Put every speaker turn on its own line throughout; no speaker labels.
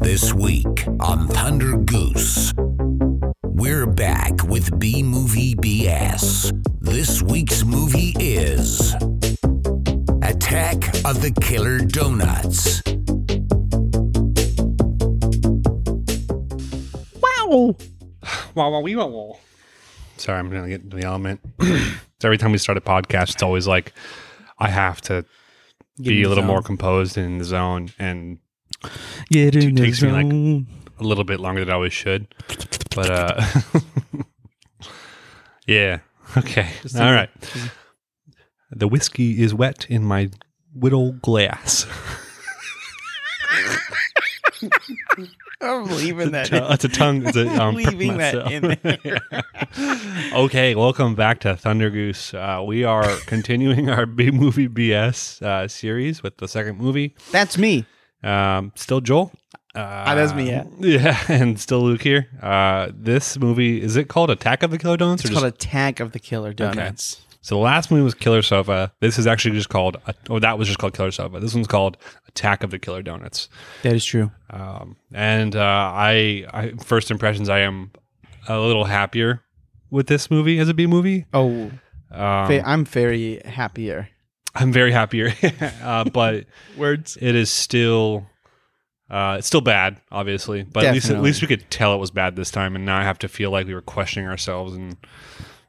this week on Thunder Goose. We're back with B Movie BS. This week's movie is Attack of the Killer Donuts.
Wow.
Wow, wow, wee, wow, wow. Sorry, I'm gonna get into the element. So every time we start a podcast, it's always like I have to be a little more composed and in the zone, and
Get in the
takes me, like-
zone.
a little bit longer than I always should. But uh, yeah, okay,
Just
all
a-
right. The whiskey is wet in my whittle glass.
I'm leaving that.
T- it's a tongue. It's a, um, perk
Leaving that
myself.
in
okay, welcome back to Thunder Goose. Uh, we are continuing our B movie BS uh, series with the second movie.
That's me.
Um, still Joel. Uh,
that's me, yeah.
Yeah, and still Luke here. Uh, this movie is it called Attack of the Killer Donuts?
It's
or
called
just,
Attack of the Killer Donuts.
so the last movie was Killer Sofa. This is actually just called, oh, that was just called Killer Sofa. This one's called Attack of the Killer Donuts.
That is true.
Um, and uh, I, I first impressions, I am a little happier with this movie as a B movie.
Oh,
Um,
fa- I'm very happier.
I'm very happier, uh, but
Words.
it is still, uh, it's still bad, obviously. But at least at
Definitely.
least we could tell it was bad this time, and not have to feel like we were questioning oselves. And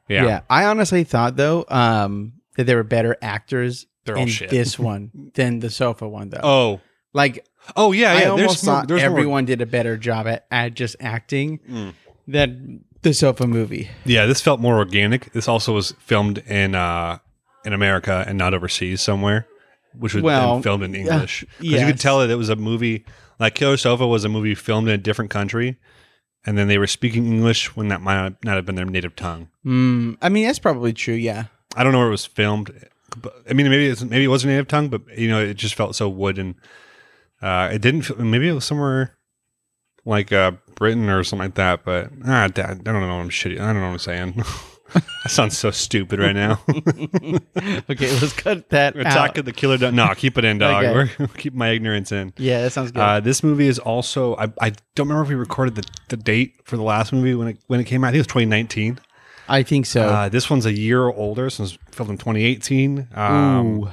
yeah,
Yeah. I honestly thought though um, that there were better actors
They're all
in
shit.
this one than the sofa one though.
oh,
Like
oh yeah, yeah.
I
there's
almost
more-
thought
there's more-
everyone did a better job at, at just acting
Mm.
than the sofa movie.
Yeah, this felt more organic. This also was filmed in uh, in America and not overseas somewhere, which was
Well,
and filmed in
uh,
English. Because you could
yes.
tell that it was a movie. Like Killer Sofa was a movie filmed in a different country, and then they were speaking English when that might not have been their native tongue.
Mm, I mean, that's probably true. Yeah.
I don't know where it was filmed. But, I mean, maybe it's, maybe it was a native tongue, but you know, it just felt so wooden. Uh, it didn't. feel- Maybe it was somewhere like uh, Britain or something like that. But ah, I don't know. what I'm shitty. I don't know what I'm saying. I sound so stupid right now.
okay, let's cut that
Attack
out.
of the Killer Dog. No, keep it in, dog.
Okay.
We're, we'll keep my ignorance in.
Yeah, that sounds good.
Uh, this movie is also. I, I don't remember if we recorded the, the date for the last movie when it when it came out. I think it was 2019.
I think so.
Uh, this one's a year older, since it's filmed in 2018. Um,
Ooh,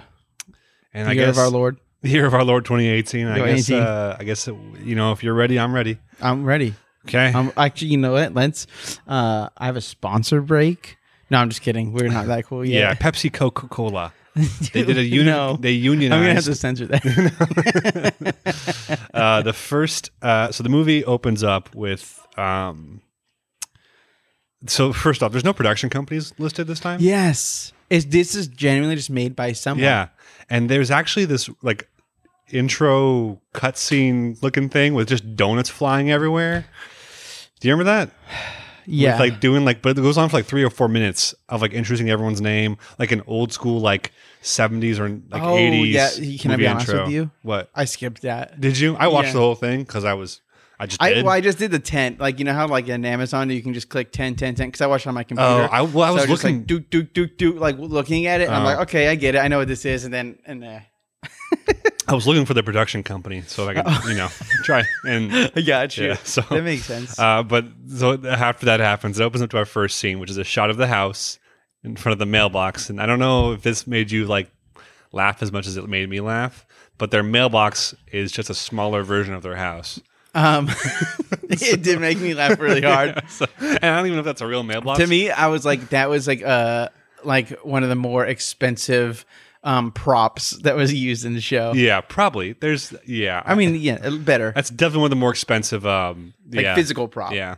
and
the
I
year
guess
of our Lord.
the year of our Lord 2018. I
Yo,
guess.
18.
Uh, I guess it, you know if you're ready, I'm ready.
I'm ready.
Okay.
I'm actually, you know what? Let's. Uh, I have a sponsor break. No, I'm just kidding. We're not that cool
yeah.
yet.
Pepsi Coca Cola. They did a uni-
No.
They unionized.
I'm gonna have to censor that.
uh, the first uh, so the movie opens up with um so first off there's no production companies listed this time
yes, is this is genuinely just made by someone?
yeah and there's actually this like intro cutscene looking thing with just donuts flying everywhere do you remember that
yeah.
with, like doing like but it goes on for like three or four minutes of like introducing everyone's name like an old school like 70s or like
Oh,
80s
yeah. Can I be
movie
honest with you?
what
I skipped that.
did you i watched
Yeah.
the whole thing because i was i just
I,
did.
well, I just did the tent. Like, you know how, like, in Amazon, you can just click 10, 10, 10, because I watched it on my computer.
Oh, I- well, I was
just,
looking-
like, doot, doot, doot, doot, like, looking at it. and I'm
Oh.
like, okay, I get it. I know what this is. And then, and uh,
I was looking for the production company so I could, you know, try and
I got you.
yeah. So,
Oh. That makes sense.
uh, but so after that happens, it opens up to our first scene, which is a shot of the house in front of the mailbox. And I don't know if this made you like laugh as much as it made me laugh, but their mailbox is just a smaller version of their house.
um, it did make me laugh really hard.
So- and I don't even know if that's a real mailbox.
to me, I was like, that was like, uh, like one of the more expensive um, props that was used in the show.
yeah, probably. There's, yeah.
I mean, yeah, uh, better.
that's definitely one of the more expensive, um,
Like,
yeah,
physical prop.
Yeah.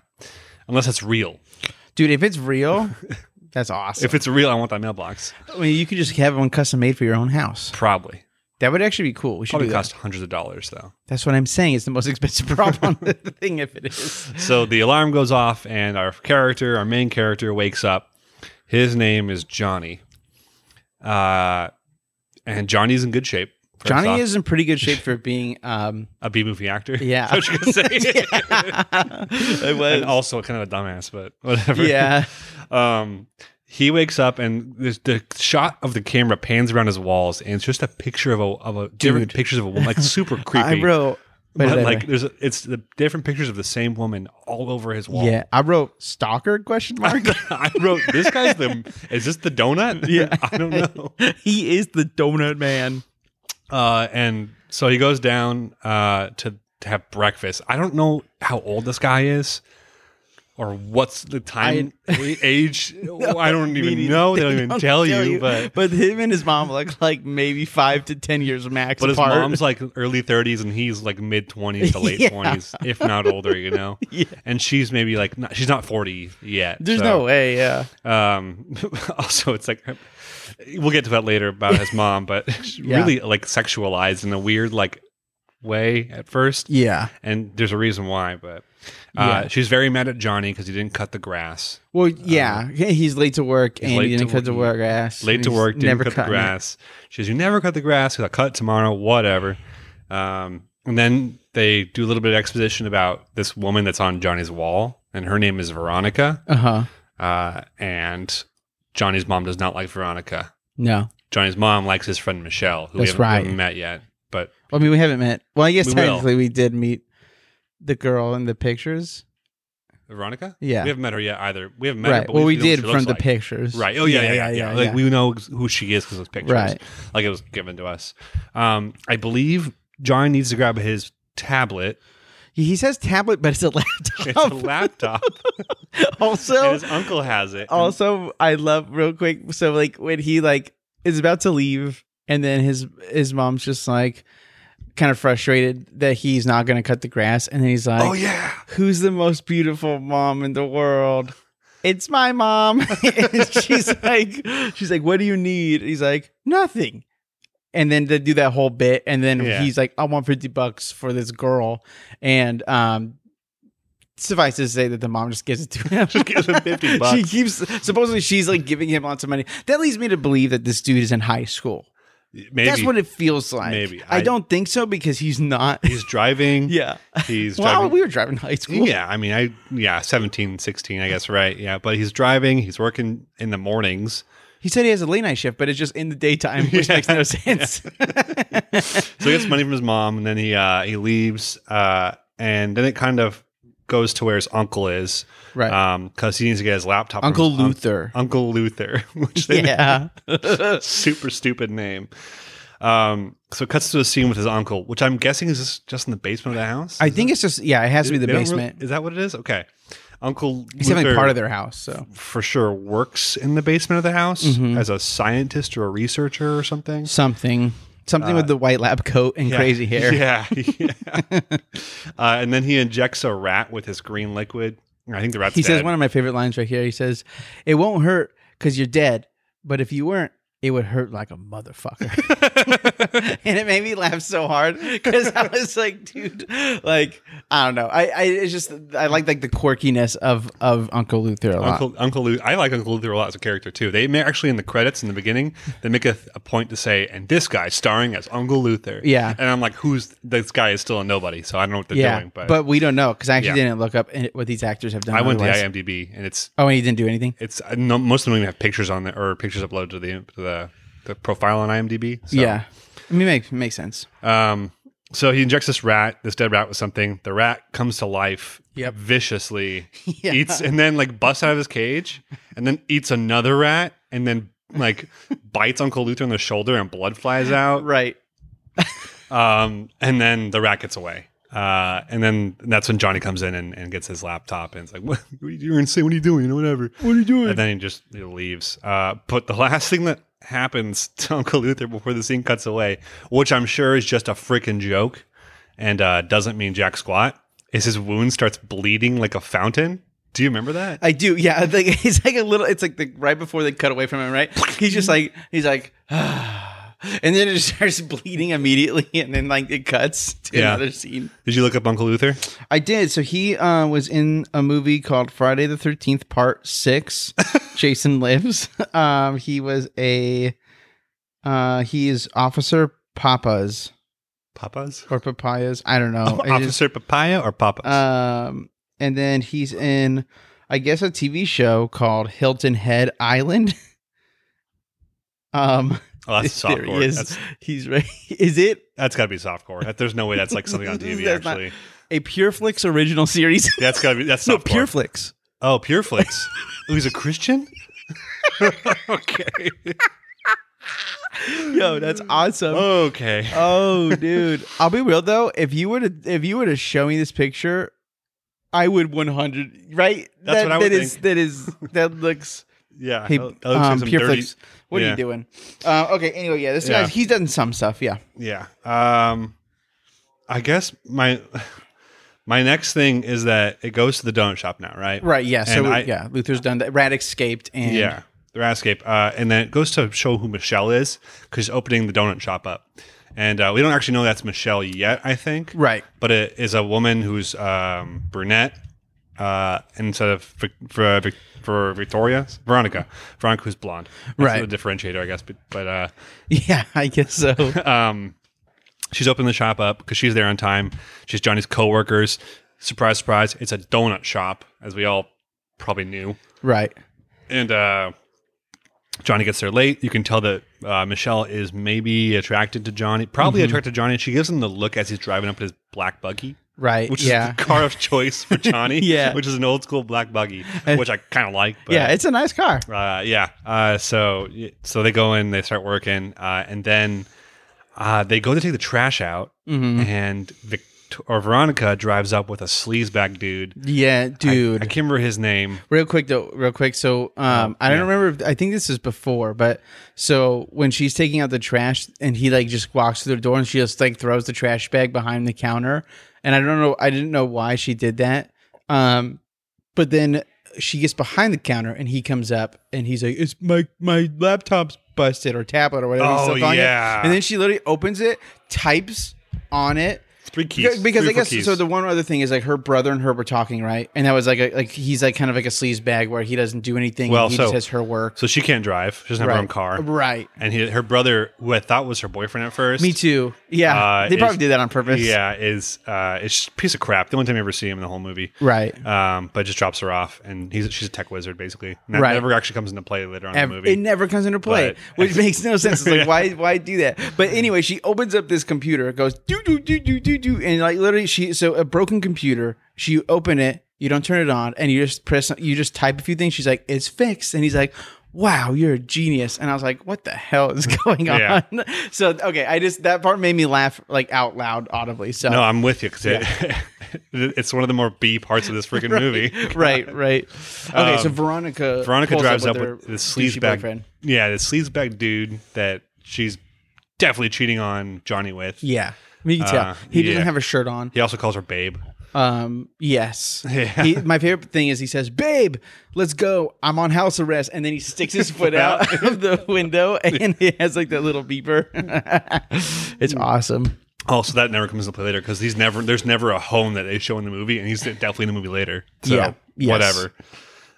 Unless it's real.
Dude, if it's real, that's awesome.
If it's real, I want that mailbox.
I mean, you could just have one custom made for your own house.
Probably.
That would actually be cool. We should
Probably
do that.
cost hundreds of dollars though.
That's what I'm saying. It's the most expensive prop on the thing if it is.
So the alarm goes off, and our character, our main character, wakes up. His name is Johnny, uh, and Johnny's in good shape. first
Johnny
off.
is in pretty good shape for being um
a B movie actor.
Yeah.
That's what you say.
it
and also kind of a dumbass, but whatever.
Yeah.
Um, he wakes up, and there's the shot of the camera pans around his walls, and it's just a picture of a of a different
Dude.
pictures of a woman, like super creepy.
I wrote But
But
anyway.
like, there's a, it's the different pictures of the same woman all over his wall.
Yeah, I wrote stalker question mark.
I wrote this guy's the. Is this the donut?
Yeah.
I don't know.
he is the donut man.
Uh, and so he goes down uh, to, to have breakfast. I don't know how old this guy is or what's the time age. I don't even
mean,
know. They don't
they
even
don't
tell, you, but.
but him and his mom look like maybe five to ten years max
But his
apart.
mom's like early 30s and he's like mid 20s to late
Yeah.
20s, if not older, you know?
Yeah.
And she's maybe like, not, she's not 40 yet.
There's
so.
no way. Yeah,
Um, also, it's like we'll get to that later about his mom, but she's
Yeah.
really like sexualized in a weird like way at first,
yeah.
and there's a reason why. But uh,
Yeah.
she's very mad at Johnny because he didn't cut the grass.
Well, yeah, he- he's late to work and
Uh, late
he didn't
to
cut the
work.
work grass.
Late
and
to
he's
work, didn't cut the
cutting it.
grass. She says, "You never cut the grass." He's like, "Cut it tomorrow, whatever." Um, and then they do a little bit of exposition about this woman that's on Johnny's wall, and her name is Veronica,
Uh huh.
uh, and Johnny's mom does not like Veronica.
No,
Johnny's mom likes his friend Michelle, who
That's
we haven't, we
right.
haven't met yet. But
I mean we haven't met. Well, I guess
We will.
technically we did meet the girl in the pictures.
Veronica,
Yeah.
we haven't met her yet either. We haven't met. her,
Right.
but
Well, we
know what
did
she
from
looks
the
like.
pictures.
Right. Oh yeah, yeah, yeah. yeah, Like we know who she is because those pictures.
Right.
Like it was given to us. Um, I believe John needs to grab his tablet.
He says tablet, but it's a
It's a
laptop.
laptop, and
also,
his uncle has it. And
also, I love real quick. So, like when he like is about to leave, and then his his mom's just like kind of frustrated that he's not going to cut the grass, and then he's like,
oh yeah,
"Who's the most beautiful mom in the world?" It's my mom. and she's like, she's like, "What do you need?" He's like, "Nothing." And then they do that whole bit, and then
Yeah.
he's like, "I want fifty bucks for this girl," and um. Suffice to say that the mom just gives it to him.
just gives him fifty bucks.
She keeps supposedly she's like giving him lots of money. That leads me to believe that this dude is in high school.
Maybe
That's what it feels like.
Maybe.
I,
I-
don't think so because he's not.
he's driving.
yeah.
he's
Wow,
driving.
we were driving to high school.
Yeah, I mean, I yeah, 17, 16, I guess, right? Yeah, but he's driving. He's working in the mornings.
He said he has a late night shift, but it's just in the daytime, which
Yeah.
makes no sense.
So he gets money from his mom, and then he uh, he leaves, uh, and then it kind of goes to where his uncle is,
right.
Because he needs to get his laptop. from
Uncle
his un-
Luther.
Uncle Luther, which they
yeah.
super stupid name. Um, so it cuts to a scene with his uncle, which I'm guessing is just, just in the basement of the house.
I think it's just yeah, it has to be the
They don't really-
basement.
is that what it is? Okay, Uncle
it's
Luther
definitely part of their house. So
for sure works in the basement of the house
Mhm.
as a scientist or a researcher or something.
something. Something with the white lab coat and
Uh, Yeah.
crazy hair.
Yeah. yeah. uh, and then he injects a rat with his green liquid. I think the rat's
He
dead.
says one of my favorite lines right here. He says, "It won't hurt because you're dead, but if you weren't, it would hurt like a motherfucker." and it made me laugh so hard because I was like, "Dude, like I don't know. I, I it's just I like like the quirkiness of of Uncle Luther a lot.
Uncle Uncle Luther. I like Uncle Luther a lot as a character too. They may actually in the credits in the beginning they make a, a point to say, and this guy starring as Uncle Luther.
Yeah.
and I'm like, who's this guy is still a nobody, so I don't know what they're
yeah,
doing. But,
but, we don't know because I actually
Yeah.
didn't look up in- what these actors have done.
I went to
otherwise.
IMDb and it's
Oh, and he didn't do anything.
it's I know most of them don't even have pictures on there or pictures uploaded to the to the, the profile on IMDb. So,
Yeah, I mean, make makes sense.
Um, so he injects this rat, this dead rat, with something. The rat comes to life
Yep.
viciously,
Yeah.
eats, and then like busts out of his cage, and then eats another rat, and then like bites Uncle Luther in the shoulder, and blood flies out.
Right.
Um, and then the rat gets away. Uh, and then that's when Johnny comes in and, and gets his laptop, and it's like, "What? You're insane! What are you doing? You know, whatever."
What are you doing?
And then he just he leaves. Uh, but the last thing that happens to Uncle Luther before the scene cuts away, which I'm sure is just a freaking joke and uh, doesn't mean jack squat, is his wound starts bleeding like a fountain. Do you remember that?
I do, yeah. I think he's like a little. It's like the right before they cut away from him, right? He's just like he's like, and then it just starts bleeding immediately, and then like it cuts to
Yeah.
another scene.
Did you look up Uncle Luther?
I did. So he uh, was in a movie called Friday the Thirteenth Part Six. Jason lives. Um, he was a uh, he is Officer Papas
Papa's?
or Papayas. I don't know. Oh, It is-
Officer Papaya or Papa's?
um, and then he's in, I guess, a TV show called Hilton Head Island. Um,
Oh, that's
There he
softcore.
is.
That's,
He's right. Is it
that's got to be softcore. That, there's no way that's like something on TV.
That's not-
actually,
a Pureflix original series?
that's got to be that's
No,
softcore.
Pureflix.
Oh, Pureflix. Who's a Christian? okay.
Yo, that's
Mm.
awesome.
Okay.
Oh, dude. I'll be real though. If you were to if you were to show me this picture, I wowould one hundred right.
That's
that,
what I would
that is- that is that looks.
Yeah.
Hey,
That looks like
um,
some
Pure
dirty-
Flix, what are
yeah.
you doing? Uh, okay. Anyway, yeah, this
Yeah.
guy's he's done some stuff. Yeah.
Yeah. Um, I guess my my next thing is that it goes to the donut shop now, right?
Right. Yeah. So
And I-
yeah, Luther's done that. Rad escaped and
Yeah. The Rascape. Uh, and then it goes to show who Michelle is because she's opening the donut shop up. And uh, we don't actually know that's Michelle yet, I think.
Right.
But it is a woman who's um, brunette uh, instead of Vic- for, Vic- for Victoria, Veronica. Veronica who's blonde. That's
Right.
the differentiator, I guess. But, but uh,
Yeah. I guess so.
um, she's opening the shop up because she's there on time. She's Johnny's coworkers. Surprise, surprise! It's a donut shop, as we all probably knew.
right.
And uh, Johnny gets there late. You can tell that uh, Michelle is maybe attracted to Johnny, probably attracted to Johnny. She gives him the look as he's driving up in his black buggy.
Right.
Which
yeah.
is the car of choice for Johnny.
Yeah.
Which is an old school black buggy, which I kind of like. But,
yeah. It's a nice car.
uh, yeah. Uh, so so they go in, they start working, uh, and then uh, they go to take the trash out,
Mm-hmm.
and Vic- or Veronica drives up with a sleazebag dude.
Yeah, dude.
I can't remember his name.
real quick though real quick so um
Oh,
i don't remember if, i think this is before but so when she's taking out the trash and he like just walks through the door and she just like throws the trash bag behind the counter and i don't know i didn't know why she did that um but then she gets behind the counter and he comes up and he's like it's my my laptop's busted or tablet or whatever he's
Oh,
still calling it."
yeah.
and then she literally opens it types on it
Three keys.
because
Three
I
or four
guess
keys.
so. The one other thing is like her brother and her were talking, right? And that was like a, like he's like kind of like a sleaze bag where he doesn't do anything.
Well,
and he
so-
just has her work.
so she can't drive. She doesn't have
right.
her own car.
right?
And he, her brother, who I thought was her boyfriend at first.
Me too. Yeah,
Uh,
they probably
is-
did that on purpose.
Yeah, is uh, it's just a piece of crap. The only time you ever see him in the whole movie.
right.
Um, but just drops her off, and he's she's a tech wizard basically. And that
Right.
never actually comes into play later on in
Ev-
the movie.
It never comes into play,
But-
which makes no sense. It's like
Yeah.
why why do that? But anyway, she opens up this computer, goes do do do do do do, and like literally she so a broken computer. She open it, you don't turn it on, and you just press you just type a few things. She's like, it's fixed, and he's like. Wow, you're a genius. And I was like, what the hell is going on?
Yeah.
So, okay, I just, that part made me laugh like out loud audibly. So,
No, I'm with you because it, it's one of the more B parts of this freaking movie.
right, right. Okay, so Veronica,
Um, Veronica
pulls up
drives up
her
with the
douchey
sleazebag.
boyfriend.
Yeah, the sleazebag dude that she's definitely cheating on Johnny with.
Yeah. You can
Uh,
tell. He
yeah.
doesn't have a shirt on.
He also calls her babe.
Um. Yes.
Yeah.
He, my favorite thing is he says, "Babe, let's go. I'm on house arrest," and then he sticks his foot out of the window, and it has like that little beeper. it's awesome.
Also, Oh, that never comes into play later because he's never there's never a home that they show in the movie, and he's definitely in the movie later. So,
Yeah, yes.
whatever.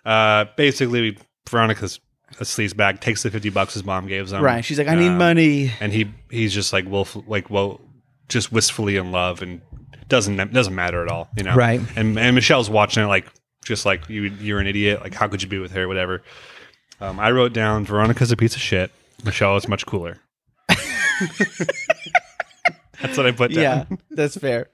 Uh, basically, Veronica's a sleazebag takes the fifty bucks his mom gives him.
right. She's like, "I need
Um,
money."
and he he's just like wolf like well just wistfully in love and doesn't doesn't matter at all you know
Right.
and and michelle's watching it like just like you you're an idiot like how could you be with her whatever um, i wrote down veronica's a piece of shit michelle is much cooler that's what i put
Yeah,
down
that's fair.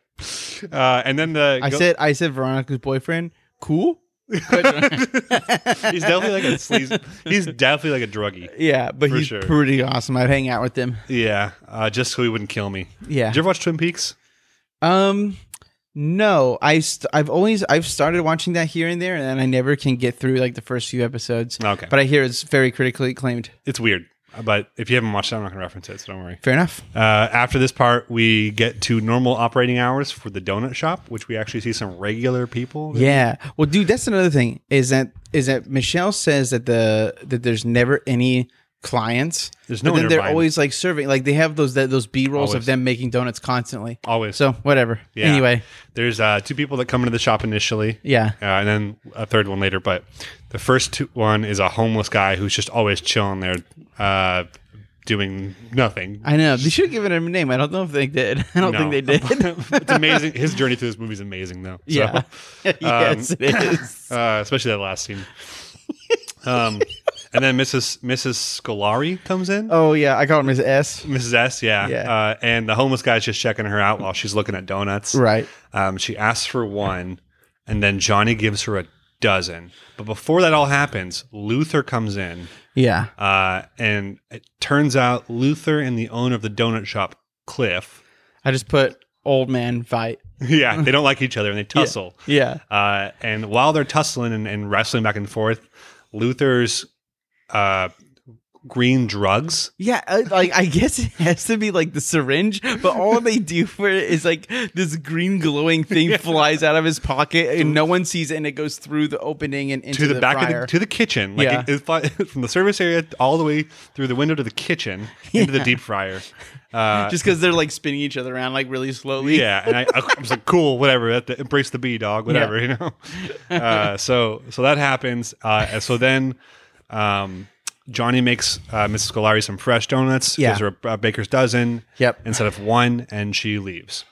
uh, and then the
I said, I said Veronica's boyfriend. Cool.
he's definitely like a sleaze, he's definitely like a druggie
Yeah, but
For
he's
sure.
pretty awesome. I'd hang out with him.
yeah uh, just so he wouldn't kill me
Yeah.
did you ever watch twin peaks
Um, no, I st- I've always I've started watching that here and there, and I never can get through like the first few episodes.
Okay.
but I hear it's very critically acclaimed.
it's weird but if you haven't watched it i'm not going to reference it so don't worry
Fair enough.
Uh, after this part, we get to normal operating hours for the donut shop, which we actually see some regular people.
Yeah. Well, dude, that's another thing is that is that Michelle says that the that there's never any clients.
There's
but
no
then they're
intervine.
always like serving, like they have those that those B rolls of
Always.
them making donuts constantly.
Always.
So whatever.
Yeah.
Anyway,
There's uh, two people that come into the shop initially.
yeah.
Uh, and then a third one later. But the first two, one is a homeless guy who's just always chilling there, uh, doing nothing.
I know they should have given him a name. I don't know if they did. I don't
No.
think they did.
it's amazing. His journey through this movie is amazing, though. So,
yeah. yes, it is.
uh, especially that last scene. Um, and then Mrs. Mrs. Scolari comes in.
Oh yeah, I called him his S.
Mrs. S, yeah.
Yeah.
Uh, and the homeless guy's just checking her out while she's looking at donuts.
Right.
Um, she asks for one, and then Johnny gives her a dozen. But before that all happens, Luther comes in,
Yeah.
uh, and it turns out Luther and the owner of the donut shop, Cliff,
I just put old man fight.
yeah, they don't like each other and they tussle.
Yeah.
Uh, and while they're tussling and, and wrestling back and forth, Luther's uh, green drugs
Yeah, I- like I guess it has to be like the syringe, but all they do for it is like this green glowing thing flies out of his pocket and no one sees it and it goes through the opening and into
to the, back
fryer.
of the, to the kitchen. Like
Yeah.
it, it fly- from the service area all the way through the window to the kitchen into the deep fryer. Uh,
just because they're like spinning each other around like really slowly.
yeah, and I, I was like, cool, whatever. That- that- Embrace the bee, dog. Whatever, you know. Uh, so so that happens. Uh, and so then. Um, Johnny makes uh, Mrs. Scolari some fresh donuts,
Yeah.
gives her a, a baker's dozen
Yep.
instead of one, and she leaves.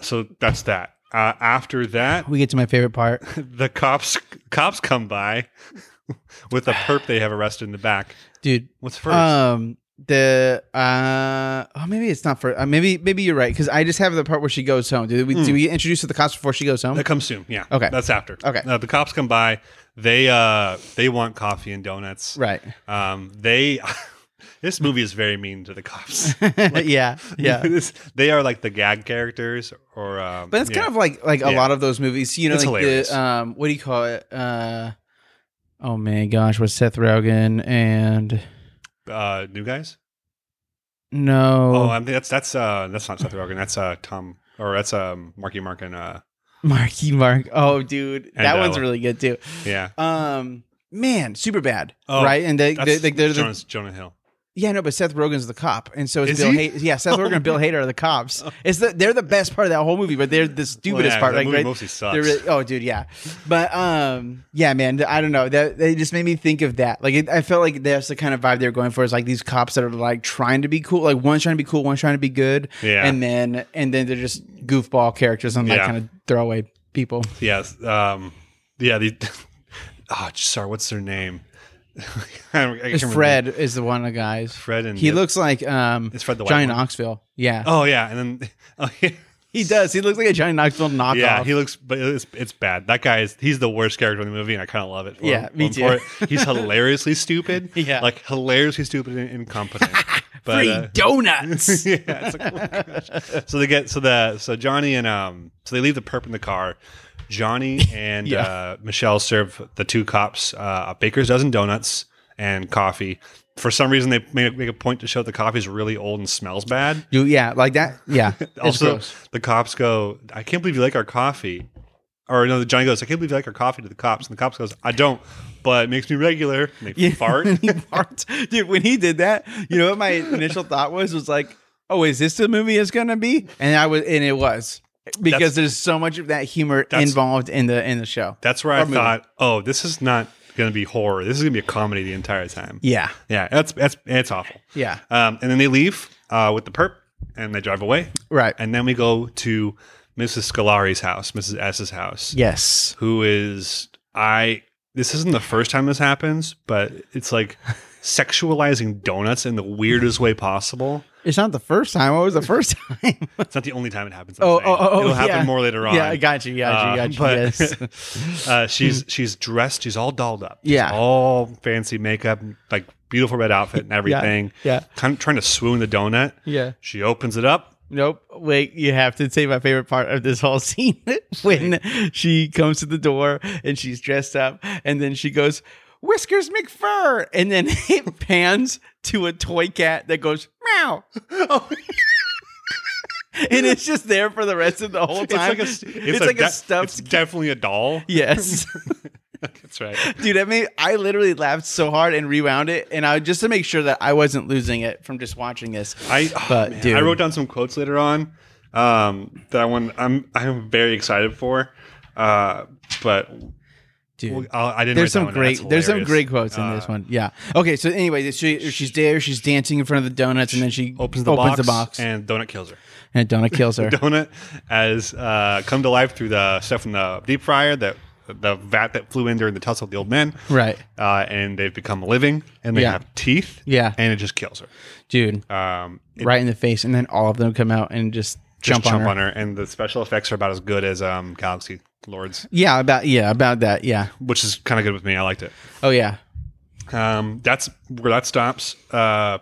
So that's that. Uh, after that,
We get to my favorite part.
the cops cops come by with a perp they have arrested in the back.
Dude,
What's first?
Um, the uh, oh, maybe it's not for uh, maybe maybe you're right because I just have the part where she goes home. Do we do
Hmm.
we get introduced to the cops before she goes home?
that comes soon. Yeah.
okay.
That's after.
Okay.
Uh, the cops come by. They uh they want coffee and donuts.
right.
Um. They. this movie is very mean to the cops.
yeah. Yeah.
This- they are like the gag characters, or um,
But it's kind of like like a
Yeah.
lot of those movies. You know,
It's
like
hilarious.
the um, what do you call it? Uh, oh man, gosh, was Seth Rogen and
of uh, new guys.
no
Oh, I mean, that's that's uh that's not Seth Rogen. That's uh Tom or that's um Marky Mark and uh
Marky Mark. Oh, dude,
And
that
that
one's
one.
really good too.
yeah.
Um, man, super bad.
Oh,
right, and they, they,
That's
they they're the
Jonas, Jonah Hill.
Yeah, no, but Seth Rogen's the cop, and so is,
Is
Bill.
he? Oh,
Hay- yeah, Seth Rogen and Bill Hader are the cops. It's the they're the best part of that whole movie, but they're the stupidest
yeah,
part.
that
Like,
movie
right?
mostly sucks.
They're really- oh, dude, yeah, but um, yeah, man, I don't know. That they just made me think of that. Like, it, I felt like that's the kind of vibe they're going for. Is like these cops that are like trying to be cool. Like one's trying to be cool, one's trying to be good.
Yeah.
and then and then they're just goofball characters and like
Yeah.
kind of throwaway people.
Yes. Um, yeah. The, oh, sorry. What's their name? I don't- I can't
It's
remember.
Fred is the one of the guys.
Fred and
He
the-
looks like um,
It's Fred the White
Johnny
one.
Knoxville. Yeah,
Oh yeah, and then oh yeah,
he does. He looks like a Johnny Knoxville knockoff.
yeah. He looks, but it's it's bad. That guy is he's the worst character in the movie, and I kind of love it. For
Yeah,
him-
me
him for
too.
it. He's hilariously stupid.
Yeah.
like hilariously stupid and incompetent. But,
free
uh,
donuts.
yeah, it's like, oh my gosh. So they get so the so Johnny and um so they leave the perp in the car. Johnny and
Yeah.
uh, Michelle serve the two cops uh, a baker's dozen donuts and coffee. For some reason, they make, make a point to show the coffee's really old and smells bad.
you, yeah, like that. Yeah. It's
also,
gross.
the cops go, "I can't believe you like our coffee," or no, Johnny goes, "I can't believe you like our coffee." To the cops, and the cops goes, "I don't, but it makes me regular." And they fart.
he farts. Dude, when he did that, you know what my initial thought was? Was like, oh, is this the movie it's gonna be? And I was, and it was because
That's-
there's so much of that humor
That's-
involved in the in the show.
That's where I
Or movie.
thought, "Oh, this is not going to be horror. This is going to be a comedy the entire time."
yeah,
Yeah, that's that's it's awful.
yeah,
Um, and then they leave uh, with the perp, and they drive away.
right.
And then we go to Mrs. Scolari's house, Mrs. S's house,
yes,
who is I. This isn't the first time this happens, but it's like sexualizing donuts in the weirdest way possible.
it's not the first time. What was the first time?
It's not the only time it happens. I'm
oh, oh,
saying.
oh,
it'll happen
yeah.
more later on.
Yeah, I got you. Got you.
Uh,
Got you.
but
yes.
uh, she's she's dressed. She's all dolled up. She's
Yeah.
all fancy makeup, like beautiful red outfit and everything.
yeah.
kind of trying to swoon the donut.
Yeah.
She opens it up.
Nope. Wait, you have to say my favorite part of this whole scene when she comes to the door and she's dressed up and then she goes, Whiskers McFur. And then it pans to a toy cat that goes, meow. Oh. and it's just there for the rest of the whole
It's
time.
like a,
It's
it's
like a,
a, de-
stuffed
It's definitely a doll.
Yes.
That's right.
Dude, I mean, I literally laughed so hard and rewound it, and I just to make sure that I wasn't losing it from just watching this.
I
But,
Oh, man,
dude.
I wrote down some quotes later on um, that I want, I'm I'm very excited for, uh, but
Dude,
well, I'll, I didn't.
there's
write that
some
one down.
great
That's
there's some
hilarious.
great quotes in
Uh,
this one. Yeah. Okay. So anyway, she she's there. She's dancing in front of the donuts, and then she
Opens the, box, and donut kills her.
and, a donut kills her.
Donut has uh, come to life through the stuff in the deep fryer that the vat that flew in during the tussle of the old men,
Right.
uh, and they've become living, and they
Yeah.
have teeth,
Yeah.
and it just kills her.
Dude,
Um, it
right in the face. And then all of them come out and just
just
jump, on, her.
and the special effects are about as good as um, Galaxy Lords,
Yeah, about yeah, about that. Yeah.
which is kind of good with me. I liked it.
Oh yeah.
Um, that's where that stops. Uh,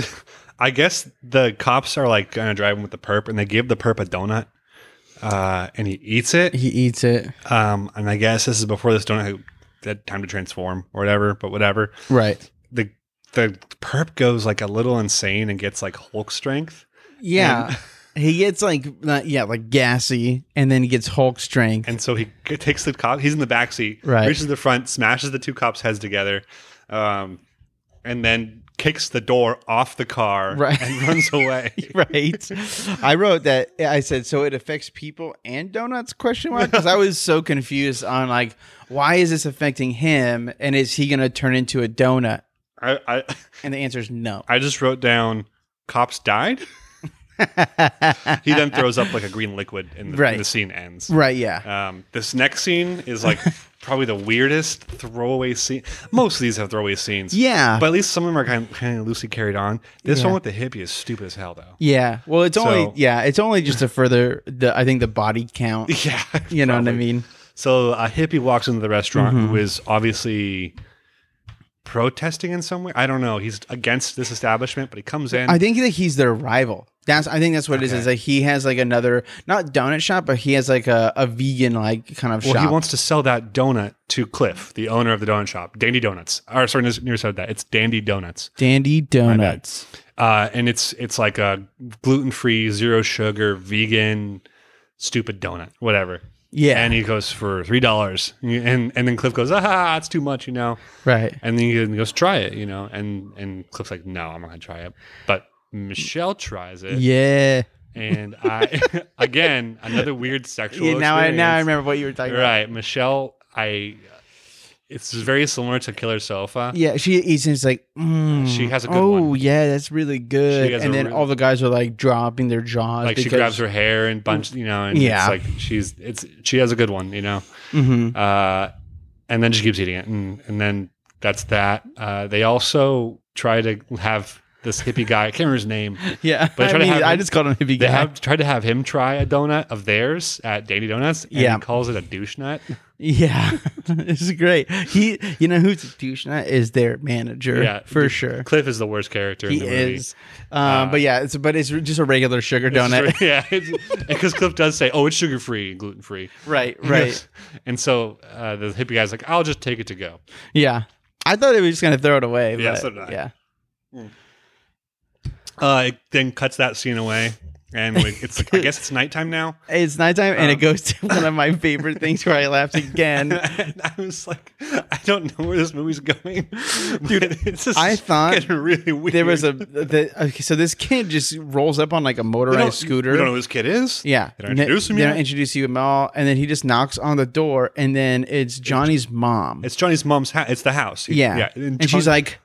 I guess the cops are like kind of driving with the perp, and they give the perp a donut, uh, and he eats it.
He eats it.
Um, and I guess this is before this donut had time to transform or whatever. But whatever,
Right.
the the perp goes like a little insane and gets like Hulk strength.
Yeah. he gets like not, yeah, like gassy and then he gets Hulk strength.
And so he g- takes the cop. He's in the back seat.
Right.
Reaches the front, smashes the two cops' heads together, um, and then kicks the door off the car
Right.
and runs away.
right. I wrote that I said so it affects people and donuts question mark cuz I was so confused on like why is this affecting him and is he going to turn into a donut?
I, I
And the answer is no.
I just wrote down cops died. He then throws up like a green liquid, and the,
Right.
the scene ends.
right, yeah.
Um, this next scene is like probably the weirdest throwaway scene. Most of these have throwaway scenes.
Yeah.
But at least some of them are kind of, kind of loosely carried on. This
Yeah.
one with the hippie is stupid as hell, though.
yeah. Well, it's only
So-
yeah, it's only just to further the I think the body count.
Yeah.
You know what I
probably.
mean? Mm-hmm.
So a hippie walks into the restaurant who is obviously protesting in some way. I don't know. He's against this establishment, but he comes in.
I think that he's their rival. That's I think that's what it is.
Okay.
Is that he has like another not donut shop, but he has like a, a vegan like kind of
well,
shop.
he wants to sell that donut to Cliff, the owner of the donut shop, Dandy Donuts. Or sorry, n- near said that. It's Dandy Donuts,
Dandy Donuts.
uh, and it's it's like a gluten free, zero sugar, vegan, stupid donut, whatever.
Yeah.
And he goes for three dollars, and and then Cliff goes, ah, it's too much, you know.
right.
And then he goes, try it, you know. And and Cliff's like, no, I'm not gonna try it. But Michelle tries it,
Yeah.
and I again another weird sexual.
yeah now I now I
experience.
remember what you were talking about.
Right, Michelle, I. It's very similar to Killer Sofa.
Yeah, she eats and it's like, mm,
She has a good
Oh
one.
yeah, that's really good.
She has
And
a
then
re-
all the guys are like dropping their jaws.
Like she
because-
grabs her hair and bunch, you know, and
Yeah.
it's like she's it's she has a good one, you know.
Mhm.
Uh, and then she keeps eating it, and and then that's that. Uh, they also try to have this hippie guy. I can't remember his name.
Yeah, but
But they
I,
try to
mean,
have-
I just called him a
They
vegan.
have tried to have him try a donut of theirs at Danny Donuts. And
Yeah.
he calls it a douche nut.
yeah, this is great. He, you know, who's a douche nut is their manager.
Yeah, uh,
for sure.
Cliff is the worst character.
He
in the movie.
is. Um, but yeah, it's but it's just a regular sugar donut.
Yeah, because Cliff does say, "Oh, it's sugar free, gluten free."
right, right.
And so uh, the hippie guy's like, "I'll just take it to go."
yeah. I thought they were just gonna throw it away.
Yeah,
but
so did I.
yeah.
Uh, it then cuts that scene away, and we, it's like, I guess it's nighttime now.
It's nighttime and it
Uh-huh.
goes to one of my favorite things where I laughed again.
And I was like, I don't know where this movie's going, dude. It's just
I thought
getting really weird.
There was a the, okay, so this kid just rolls up on like a
We
motorized
don't-
scooter.
We don't know who this kid is.
yeah,
They don't introduce him
They
yet.
don't introduce you at all, and then he just knocks on the door, and then it's Johnny's mom.
It's Johnny's mom's house. It's the house. He-
yeah,
yeah.
and, she's like,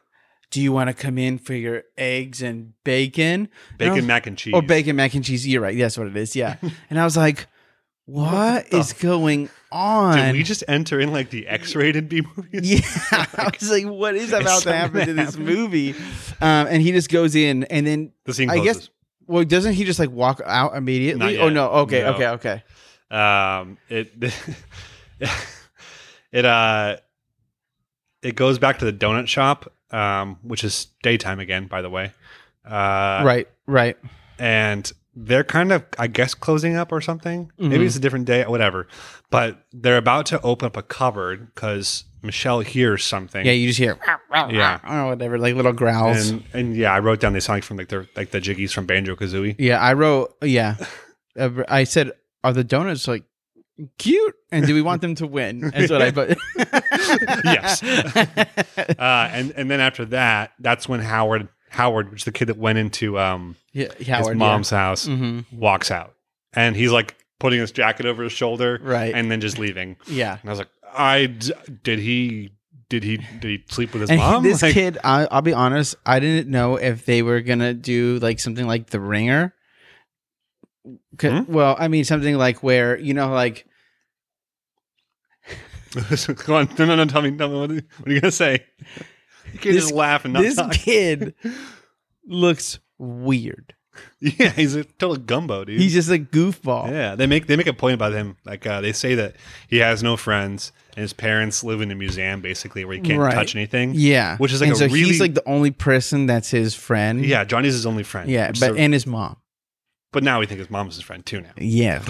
"Do you want to come in for your eggs and bacon?" And I
bacon
was-
mac and cheese
Or "Oh, bacon mac and cheese. You're right. That's what it is. Yeah. and I was like, what is going on?
Did we just enter in like the X-rated B movies?
yeah, I was like, "What is about to
something
happen
that
to this
happened.
movie?" Um, and he just goes in, and then
The scene
I
closes.
guess. Well, doesn't he just like walk out immediately?
Not
Oh
yet.
no! Okay,
No.
okay, okay.
um it it uh it goes back to the donut shop um which is daytime again by the way uh
right, right.
and they're kind of i guess closing up or something
Mm-hmm.
maybe it's a different day whatever but they're about to open up a cupboard because michelle hears something
Yeah, you just hear
yeah
or whatever, like little growls.
and, and yeah i wrote down they sound like from like they're like the jiggies from banjo kazooie
yeah, I wrote. Yeah, Uh, I said, "Are the donuts like cute?" And do we want them to win? That's what I put.
Yes. uh and and then after that that's when howard howard which is the kid that went into um
yeah,
his
Howard, yeah. Mm-hmm.
mom's house, walks out, and he's like putting his jacket over his shoulder,
Right.
and then just leaving.
Yeah.
And I was like, I d- did he did he did he sleep with his
And he-
mom?
this
Like,
kid, I, I'll be honest, I didn't know if they were gonna do like something like The Ringer.
Hmm?
'Cause- Well, I mean something like where you know, like
Go on. No, no, no. Tell me, tell me what, are you- what are you gonna say? You can
This-
just laugh and not
this
talk.
kid looks weird.
Yeah, he's a total gumbo, dude.
He's just a goofball.
yeah, they make they make a point about him. Like uh, they say that he has no friends, and his parents live in a museum basically where he can't
Right.
touch anything.
Yeah.
which is like
and
a
so
really
he's like the only person that's his friend.
yeah. Johnny's his only friend.
Yeah,
which is
but
a-
and his mom.
but now we think his mom's his friend too. Now
Yeah.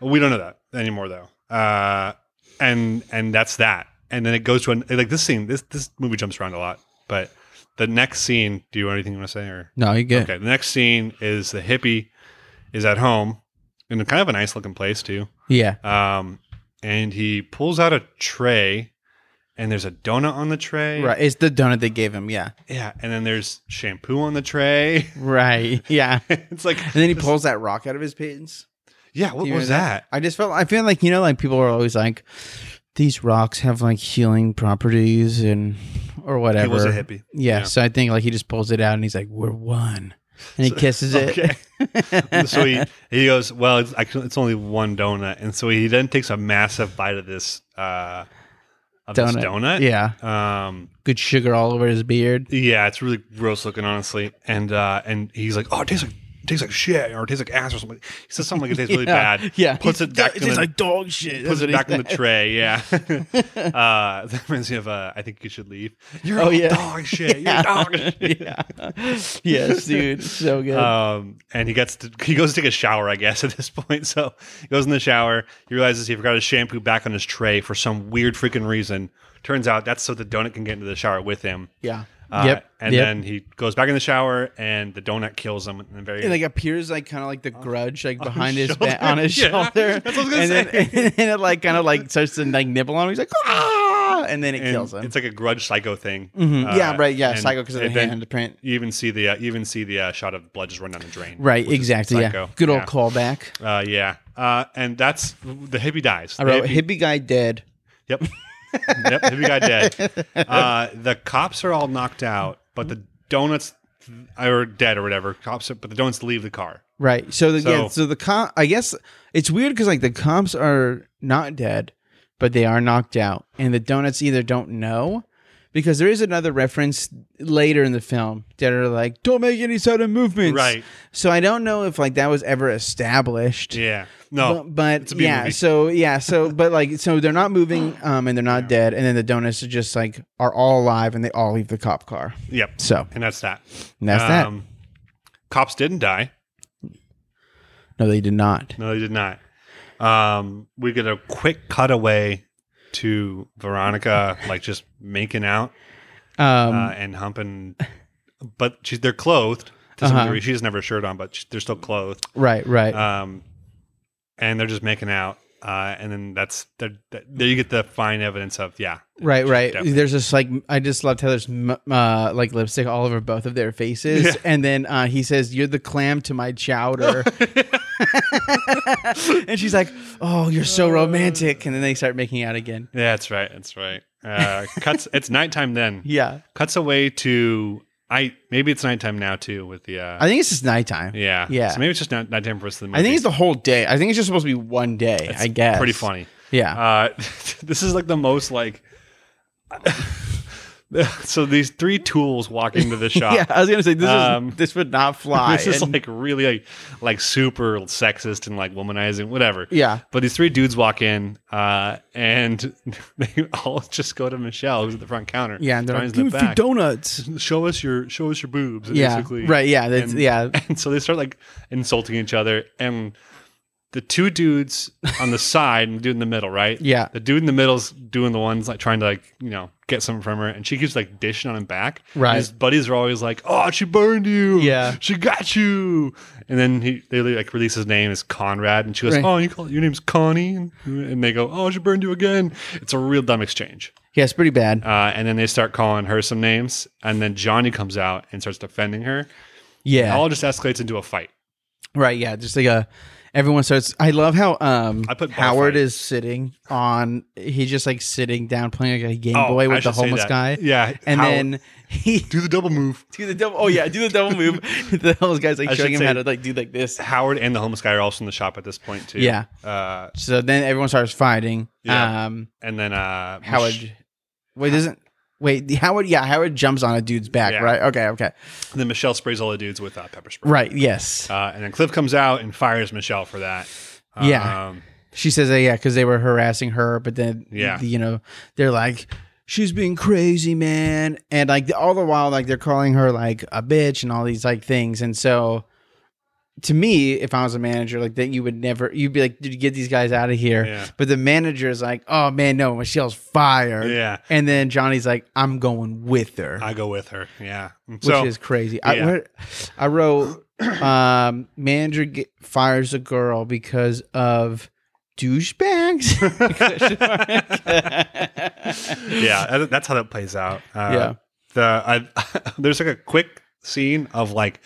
Well, we don't know that anymore though. Uh, and and that's that. And then it goes to an, like this scene. This this movie jumps around a lot, but the next scene. Do you have anything you want to say or?
No, you good.
Okay. The next scene is the hippie is at home in a kind of a nice looking place too.
Yeah.
Um, and he pulls out a tray, and there's a donut on the tray.
Right. It's the donut they gave him. Yeah.
Yeah. And then there's shampoo on the tray.
Right. Yeah.
it's like
And then he pulls that rock out of his pants.
Yeah. What
Do you
was
remember
that?
I just felt I feel like you know like people are always like these rocks have like healing properties and or whatever.
He was a hippie.
Yeah,
Yeah.
so I think like he just pulls it out and he's like, "We're one," and he kisses it.
Okay. so he, he goes, well, it's, actually, it's only one donut, and so he then takes a massive bite of this uh, of this donut.
Yeah,
Um.
good sugar all over his beard.
Yeah, it's really gross looking, honestly. And uh, and he's like, oh, it tastes like it tastes like shit, or it tastes like ass, or something. He says something like it tastes really
Yeah,
bad.
Yeah,
Puts
He's-
it back.
It
in
tastes
the-
like dog shit. That's
Puts it
what
back
he
in the
said.
tray, yeah. uh, that reminds me of uh, I think you should leave. You're
Oh,
all
yeah.
dog shit. You're dog shit.
yeah. Yes, dude. So good.
Um, and he gets to, he goes to take a shower, I guess, at this point. So he goes in the shower. He realizes he forgot his shampoo back on his tray for some weird freaking reason. Turns out that's so the donut can get into the shower with him.
yeah.
Uh,
yep.
And
yep.
then he goes back in the shower, and the donut kills him. And very
it like appears like kind of like the grudge like behind his
his
back
shoulder.
on his
Yeah,
shoulder.
that's what I was gonna
and
say.
Then, and then it like kind of like starts to like nibble on him. He's like, ah, and then it
and
kills him.
It's like a grudge psycho thing.
Mhm. yeah,
Uh,
right. Yeah,
and-
psycho because of the
and then
hand print.
You even see the uh, you even see the uh, shot of blood just run down the drain.
Right,
which is
exactly. Yeah,
psycho.
good old
Yeah.
callback.
Uh, yeah, uh, and that's the hippie dies.
I
The
wrote
hippie-
hippie guy dead.
Yep. yep. Hippie guy dead. Uh, the cops are all knocked out, but the donuts are dead or whatever. Cops, are, but the donuts leave the car.
Right. So the, yeah.
So-
So the cop. I guess it's weird because like the cops are not dead, but they are knocked out, and the donuts either don't know, because there is another reference later in the film that are like, "Don't make any sudden movements."
Right.
So I don't know if like that was ever established.
Yeah. No.
But, but
it's a B
yeah,
movie.
so yeah, so but like so they're not moving, um, and they're not dead, and then the donuts are just like are all alive, and they all leave the cop car.
yep.
So
And that's that.
and that's
Um,
that.
Cops didn't die.
No, they did not.
No, they did not. Um, we get a quick cutaway to Veronica, like just making out
Um,
uh, and humping, but she's they're clothed. To some
Uh-huh.
degree. She doesn't have her shirt on, but she, they're still clothed.
right, right.
um, and they're just making out, uh, and then that's they're- that- there. You get the fine evidence of yeah,
Right, right.
definitely.
There's just like I just loved how there's m- uh, like lipstick all over both of their faces,
Yeah.
and then uh, he says, "You're the clam to my chowder," and she's like, "Oh, you're so romantic," and then they start making out again.
yeah, that's right, that's right. Uh, cuts. it's nighttime then.
Yeah,
Cuts away to I maybe it's nighttime now too with the uh,
I think it's just nighttime.
yeah
yeah.
So maybe it's just not nighttime for the rest of the movie.
I think it's the whole day. I think it's just supposed to be one day. I guess
pretty funny.
Yeah,
Uh, this is like the most like. so these three tools walk into the shop.
yeah. I was gonna say this
Uh, Um,
is this would not fly.
This is
and-
like really like, like super sexist and like womanizing, whatever.
yeah,
But these three dudes walk in, uh, and they all just go to Michelle, who's at the front counter.
yeah. And they're
Johnny's
like,
in
"Give
the
me a few
back.
donuts."
Show us your show us your boobs.
Yeah,
basically.
right. Yeah, that's,
And-
yeah.
And so they start like insulting each other, and the two dudes on the side and the dude in the middle, right?
Yeah.
The dude in the middle's doing the ones like trying to like you know get something from her, and she keeps like dishing on him back. And
Right.
his buddies are always like, "Oh, she burned you.
Yeah.
She got you." And then he they like release his name as Conrad, and she goes,
Right.
"Oh, you call your name's Connie," and, and they go, "Oh, she burned you again." It's a real dumb exchange.
Yeah, it's pretty bad.
Uh, and then they start calling her some names, and then Johnny comes out and starts defending her. It
yeah,
all just escalates into a fight.
Right. Yeah. Just like a, everyone starts. I love how um
I put ball
Howard
fight.
is sitting on. He's just like sitting down playing like a Game
Oh,
Boy
I
with the
should say
homeless
that.
guy.
Yeah,
and
Howard.
then he
do the double move.
do the double. Oh yeah, do the double move. the homeless guy's like
I
showing
should
him how
say-
to like do like this.
Howard and the homeless guy are also in the shop at this point too.
Yeah.
Uh,
So then everyone starts fighting.
Yeah.
Um,
and then uh,
Howard. Wait, doesn't wait the Howard? Yeah, Howard jumps on a dude's back.
Yeah.
Right. Okay. Okay.
And then Michelle sprays all the dudes with uh, pepper spray.
Right. Yes.
Uh, and then Cliff comes out and fires Michelle for that.
Yeah.
Um,
She says, uh, yeah, because they were harassing her, but then,
Yeah.
you know, they're like, she's being crazy, man. And like all the while, like they're calling her like a bitch and all these like things. And so to me, if I was a manager, like that, you would never, you'd be like, dude, get these guys out of here.
Yeah.
But the manager is like, oh man, no, Michelle's fired.
Yeah.
And then Johnny's like, I'm going with her,
I go with her. Yeah. Which
which is crazy. I,
yeah.
wrote- I wrote, um, manager get, fires a girl because of douchebags.
yeah, that- that's how that plays out.
Yeah.
Uh, The I, there's like a quick scene of like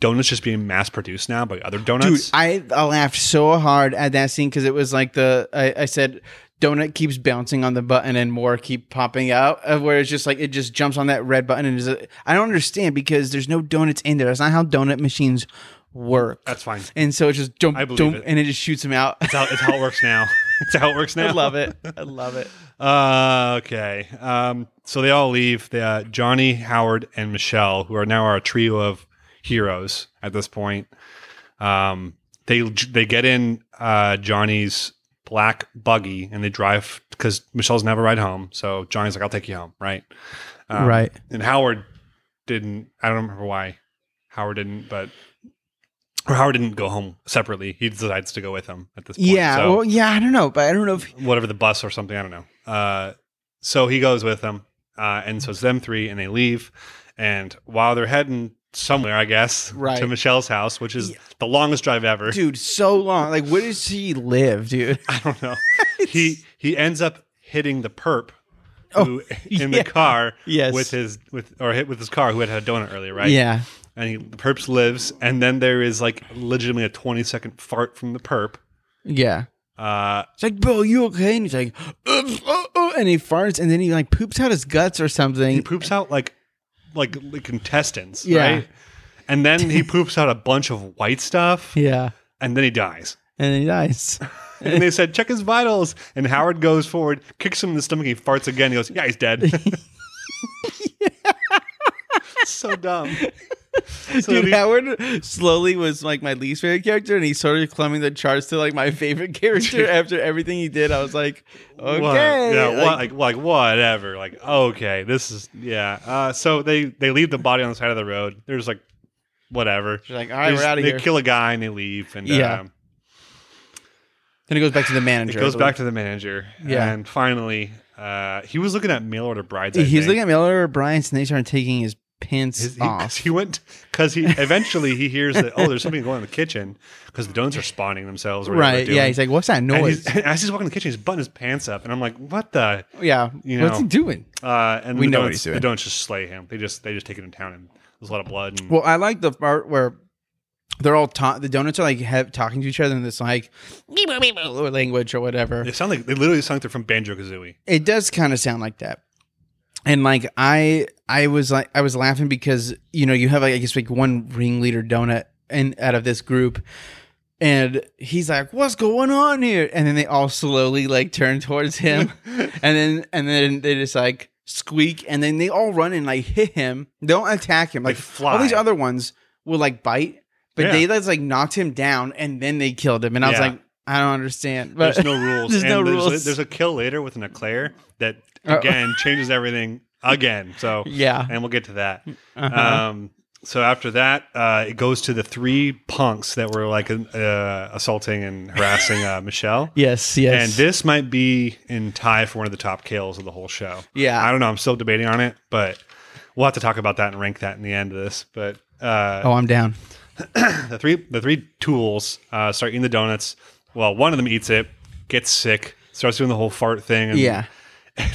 donuts just being mass produced now by other
Dude,
donuts.
I, I laughed so hard at that scene because it was like the I, I said donut keeps bouncing on the button and more keep popping out of where it's just like it just jumps on that red button and is a, I don't understand because there's no donuts in there. That's not how donut machines work.
that's fine.
and so it just jump,
I believe
jump,
it.
and it just shoots him out.
It's how, it's how it works now. It's how it works now.
I love it. I love it.
Uh, okay. Um, so they all leave. They, uh, Johnny, Howard, and Michelle, who are now our trio of heroes at this point. Um, they they get in uh, Johnny's black buggy and they drive because Michelle's never ride home. So Johnny's like, "I'll take you home," right? Um,
Right.
And Howard didn't. I don't remember why Howard didn't, but or Howard didn't go home separately. He decides to go with him at this point.
Yeah.
So-
Well, yeah. I don't know, but I don't know if
whatever the bus or something. I don't know. Uh, so he goes with them, uh, and so it's them three, and they leave. And while they're heading somewhere, I guess,
Right.
to Michelle's house, which is the longest drive ever.
dude so long. Like, where does he live, dude?
I don't know. he he ends up hitting the perp. Who, in
Oh, yeah.
the car
Yes.
with his with or hit with his car who had had a donut earlier right
Yeah.
and he, the perps lives and then there is like legitimately a 20 second fart from the perp
Yeah.
uh
It's like, Bill, you okay? And he's like, "Oops, oh, oh," and he farts, and then he like poops out his guts or
he
something.
poops out like like, like contestants,
Yeah.
right? And then he poops out a bunch of white stuff,
Yeah,
and then he dies.
and then he dies.
And they said, check his vitals. And Howard goes forward, kicks him in the stomach, he farts again. He goes, yeah, he's dead. so dumb. So
Dude,
he-
Howard slowly was like my least favorite character, and he started climbing the charts to like my favorite character after everything he did. I was like, okay,
What- yeah,
like,
what, like, like whatever. Like okay, this is yeah. Uh, so they they leave the body on the side of the road. They're just like whatever.
you're like, all
They
right,
just-
we're out of
they
here.
kill a guy and they leave. And
Yeah.
um,
then it goes back to the
It
manager.
goes back to the manager.
Yeah.
And finally, uh, he was looking at mail order brides. I
He's
think.
looking at Miller or Bryant, and they started taking his pants
His- he, 'cause
off.
he went because he eventually he hears that oh there's something going on in the kitchen because the donuts are spawning themselves or whatever
right?
they're
Yeah.
doing.
He's like, what's that
and
noise?
he's, and as he's walking in the kitchen he's buttoning his pants up and I'm like what the
yeah.
you
what's he
know.
doing?
uh, and
We
the
know what
donuts,
he's doing.
the donuts just slay him they just they just take him to town and there's a lot of blood and
Well, I like the part where they're all ta- the donuts are like have, talking to each other in this like or language or whatever.
they sound like they literally sound like they're from Banjo Kazooie
It does kind of sound like that. And like I I was like I was laughing because you know you have like I guess like one ringleader donut and out of this group and he's like what's going on here and then they all slowly like turn towards him and then and then they just like squeak and then they all run and like hit him They don't attack him
They
like all these
fly.
other ones will like bite but
Yeah.
they just like knocked him down and then they killed him and I was
Yeah.
like I don't understand but
there's no rules
There's
and
no
there's,
rules.
there's a kill later with an eclair that
Uh-oh.
again changes everything again so
oh, yeah
and we'll get to that.
Uh-huh.
Um, so after that, uh, it goes to the three punks that were like uh, assaulting and harassing uh, Michelle.
yes yes
And this might be in tie for one of the top kills of the whole show.
Yeah.
I don't know. I'm still debating on it, but we'll have to talk about that and rank that in the end of this. But uh,
oh I'm down
the three the three tools uh, start eating the donuts. Well, one of them eats it, gets sick, starts doing the whole fart thing. And,
Yeah.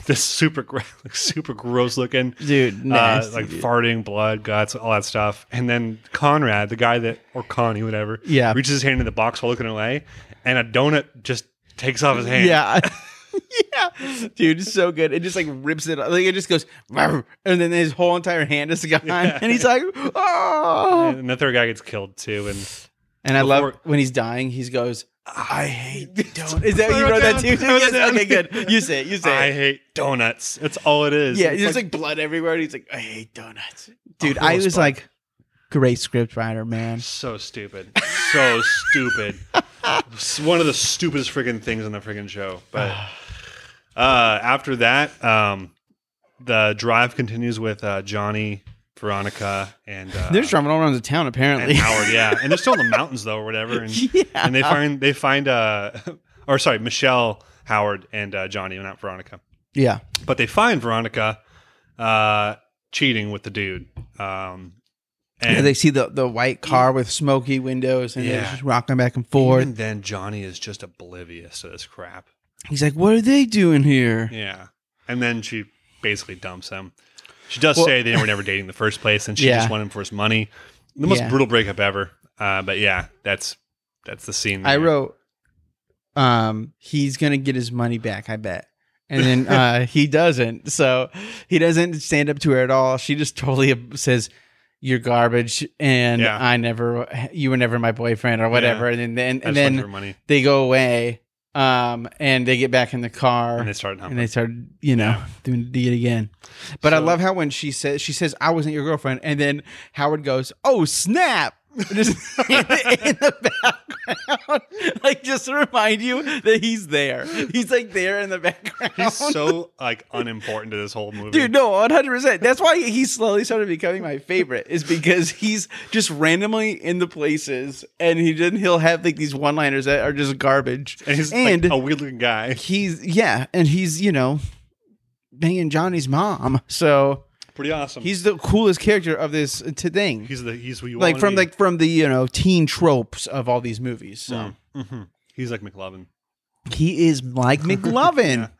this super gr- like, super gross looking
dude.
uh,
Nasty,
like
dude.
farting, blood, guts, all that stuff. And then Conrad, the guy that or Connie, whatever,
Yeah.
reaches his hand in the box while looking away, and a donut just takes off his hand.
Yeah. yeah. Dude, it's so good. It just like rips it like it just goes "Rawr," and then his whole entire hand is gone.
Yeah.
And he's like, oh
And another guy gets killed too, and
and I love
Before-
when he's dying, he goes, I hate donuts. Is that
I
you
wrote
wrote that
down-
too?
I wrote
Yes,
it down.
Okay, good. You say it, you say
I
it.
hate donuts. That's all it is.
Yeah,
It's
it's just
like,
like, blood everywhere. And he's like, I hate donuts. Dude,
Oh,
I
gross
was
blood.
like, great script writer, man.
so stupid, so stupid. It's One of the stupidest freaking things on the freaking show. But uh, after that, um, the drive continues with uh, Johnny, Veronica, and uh,
There's drumming all around the town,
and
apparently.
Howard. Yeah, and they're still in the mountains though, or whatever. And,
yeah.
and they find they find uh, or sorry, Michelle, Howard, and uh, Johnny, not Veronica.
yeah.
but they find Veronica uh, cheating with the dude. Um, and
yeah. They see the, the white car with smoky windows and
Yeah.
it's just rocking back and forth.
even then Johnny is just oblivious to this crap.
He's like, "What are they doing here?"
Yeah, and then she basically dumps him. She does
Well-
say they were never dating in the first place, and she
Yeah.
just wanted him for his money. The most
Yeah.
brutal breakup ever. Uh, but yeah, that's that's the scene.
I
there.
wrote, "Um, he's gonna get his money back, I bet." And then uh, he doesn't. So he doesn't stand up to her at all. She just totally says, "You're garbage," and
Yeah.
I never, you were never my boyfriend or whatever. And then and,
I just wanted
then
her money,
they go away, um, and they get back in the car.
and they started
and
humping.
they started, you know,
Yeah.
doing it again. But I
So-
love how when she says she says I wasn't your girlfriend, and then Howard goes, "Oh snap!" Just in, the, in the background, like just to remind you that he's there. He's like there in the background.
He's so like unimportant to this whole movie,
Dude, no, one hundred percent. That's why he slowly started becoming my favorite. Is because he's just randomly in the places, and he didn't. He'll have like these one-liners that are just garbage.
And he's like, a weird looking guy.
he's yeah, and he's you know banging Johnny's mom. So
Pretty awesome.
he's the coolest character of this t- thing.
he's the he's who you
like
wanna
from
be.
like from the you know teen tropes of all these movies. So
hmm He's like McLovin.
he is like McLovin.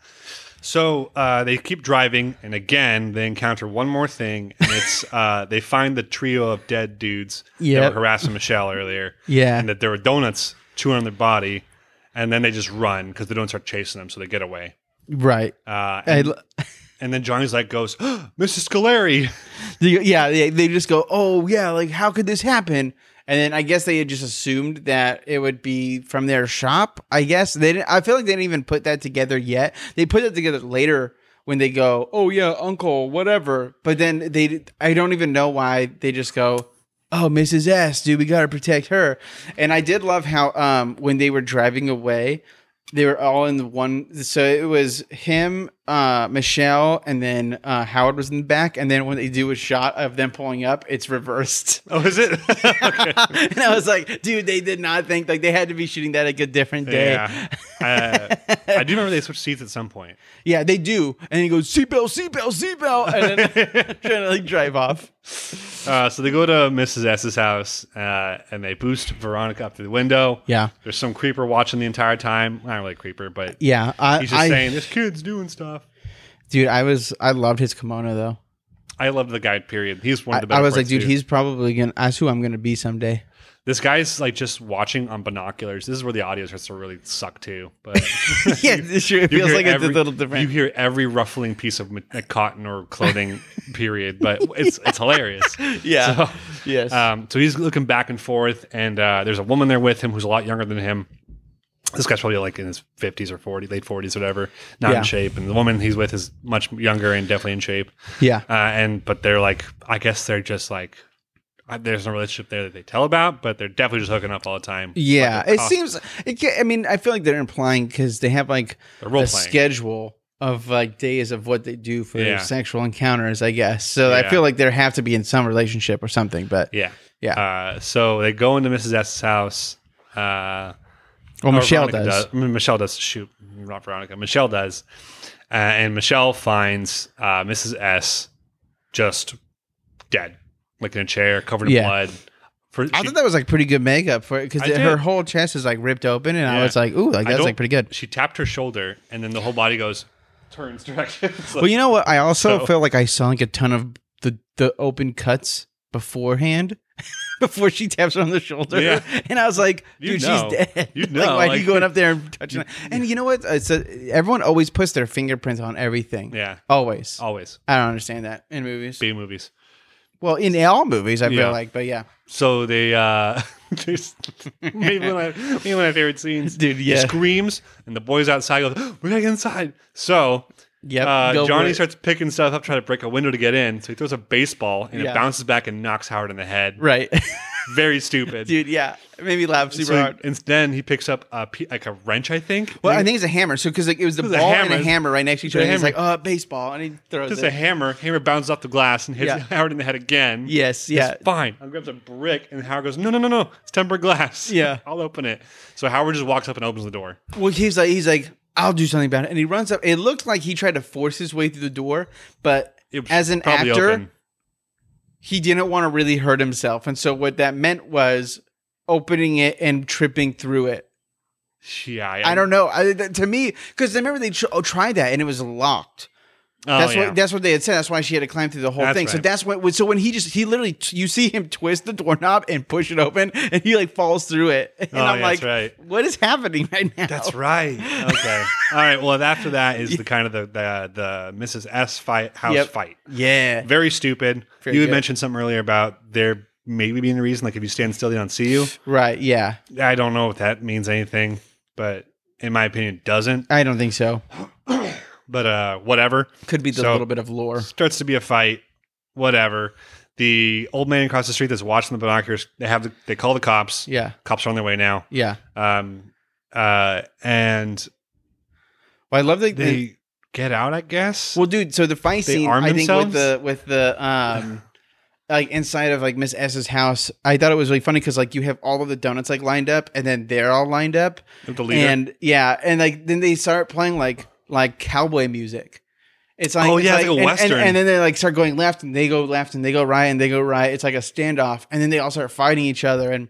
So uh, they keep driving, and again they encounter one more thing, and it's uh, they find the trio of dead dudes that
Yep.
were harassing Michelle earlier,
Yeah.
and that there were donuts chewing on their body, and then they just run because the donuts are chasing them, so they get away.
right.
Uh,
I
and,
lo-
and then Johnny's like goes, "Oh, "Mrs. Scolari,"
They- yeah, they, they just go, oh yeah, like how could this happen? And then I guess they had just assumed that it would be from their shop. I guess they didn't. I feel like they didn't even put that together yet. They put that together later when they go, oh yeah, uncle, whatever. But then they, I don't even know why they just go, oh Mrs. S, dude, we gotta protect her. And I did love how um when they were driving away, they were all in the one so it was him uh michelle and then uh howard was in the back and then when they do a shot of them pulling up it's reversed
"Oh, is it?" okay.
and i was like dude they did not think like they had to be shooting that like a different day yeah,
Yeah, uh, I do remember they switched seats at some point.
they do and he goes seatbelt seatbelt seatbelt and then trying to like drive off
Uh, so they go to Mrs. S's house uh, and they boost Veronica up through the window.
Yeah.
There's some creeper watching the entire time. Not really creeper, but
yeah i,
he's just
I-
saying, this kid's doing stuff.
dude i was i loved his kimono though
I love the guy, period. He's one of
I,
the
I
better
was like
parts,
dude he's probably gonna that's who i'm gonna be someday
This guy's like just watching on binoculars. This is where the audio starts to really suck too. But
yeah sure it
you
feels
hear
like it's a
every-
little different
You hear every ruffling piece of ma- uh, cotton or clothing, period. But it's it's hilarious.
Yeah.
So-
yes
Um, so he's looking back and forth, and uh, there's a woman there with him who's a lot younger than him. This guy's probably like in his 50s or 40, late 40s, whatever, not
Yeah.
in shape. And the woman he's with is much younger and definitely in shape.
yeah
Uh, and but they're like, I guess they're just like, uh, there's no relationship there that they tell about, but they're definitely just hooking up all the time.
Yeah,
Like,
it
oh,
seems. It, ca- I mean, I feel like they're implying because they have like
they're
a
role playing.
schedule of like days of what they do for
Yeah.
their sexual encounters. I guess so. I
Yeah.
feel like there have to be in some relationship or something. But
yeah,
Yeah.
Uh, so they go into Mrs. S's house. Uh,
well,
or
Michelle
Veronica
does.
I mean, Michelle does. Shoot, not Veronica. Michelle does, uh, and Michelle finds uh, Mrs. S just dead, like in a chair, covered in
Yeah.
blood. For,
I
she,
thought that was like pretty good makeup for because
I did.
her whole chest is like ripped open, and
Yeah.
I was like, "Ooh, like
I
that's
don't-
like pretty good."
she tapped her shoulder, and then the whole body goes turns directions.
Well, you know what? I also
So-
felt like I saw like a ton of the the open cuts beforehand. Before she taps her on the shoulder,
Yeah.
and I was like,
You
"Dude,
know.
she's dead."
You
like,
know,
why are you
like-
going up there and touching? it? And you know what? It's a, everyone always puts their fingerprints on everything.
yeah,
Always.
always
I don't understand that in movies.
B movies.
well, in all movies, I feel
Yeah.
like, but yeah,
So they uh there's maybe one of my, maybe one of my favorite scenes.
Dude,
He
yeah.
screams and the boys outside go, We gotta get inside. So
yep. go
uh,
for
Johnny
it.
starts picking stuff up, trying to break a window to get in. So he throws a baseball and
Yeah.
it bounces back and knocks Howard in the head.
right,
Very stupid.
dude. Yeah, it made me laugh super
So he-
hard.
and then he picks up a pe- like a wrench, I think.
Well, I think it's a hammer. So because like, it was the
It
ball
was a
and a
hammer.
hammer right next to each
It's
other, and
a
he's like,
hammer.
"Oh, baseball," and he throws
just
it.
a hammer. Hammer bounces off the glass and hits
Yeah.
Howard in the head again.
yes, yeah,
It's fine. I grabs a brick and Howard goes, no, no, no, no. It's tempered glass.
Yeah.
I'll open it. So Howard just walks up and opens the door.
Well, he's like, he's like, I'll do something about it, and he runs up. It looked like he tried to force his way through the door, but
It was
as an
probably
actor,
open.
he didn't want to really hurt himself, and so what that meant was opening it and tripping through it.
Yeah,
I don't know. I, that- to me, because remember they tr- oh, tried that and it was locked.
Oh,
That's
yeah.
what that's what they had said. That's why she had to climb through the whole
That's
thing. So
right.
that's what. So when he just he literally t- you see him twist the doorknob and push it open, and he like falls through it, and
Oh,
I'm
yeah,
like,
that's right.
what is happening right now?
That's right. Okay. All right. Well, after that is the kind of the the, the Mrs. S fight house
Yep.
fight.
Yeah.
Very stupid.
Very
you had
good.
mentioned something earlier about there maybe being a reason, like if you stand still, they don't see you.
Right. Yeah.
I don't know if that means anything, but in my opinion, it doesn't.
I don't think so.
But uh, whatever.
Could be the
So-
little bit of lore.
starts to be a fight, whatever. The old man across the street that's watching the binoculars, they have the, they call the cops.
Yeah,
Cops are on their way now.
yeah.
Um, uh, and
Well, I love that.
they
They,
get out, I guess.
well, dude. So the fight
They
scene,
arm
I think, with
themselves?
the with the um, like inside of like Miss S's house, I thought it was really funny because like you have all of the donuts like lined up, and then they're all lined up,
the leader.
and yeah, and like then they start playing like like cowboy music. It's like
Oh, yeah,
it's
it's like
and-
a
and-
Western.
and, then they like start going left, and they go left, and they go right, and they go right. It's like a standoff, and then they all start fighting each other, and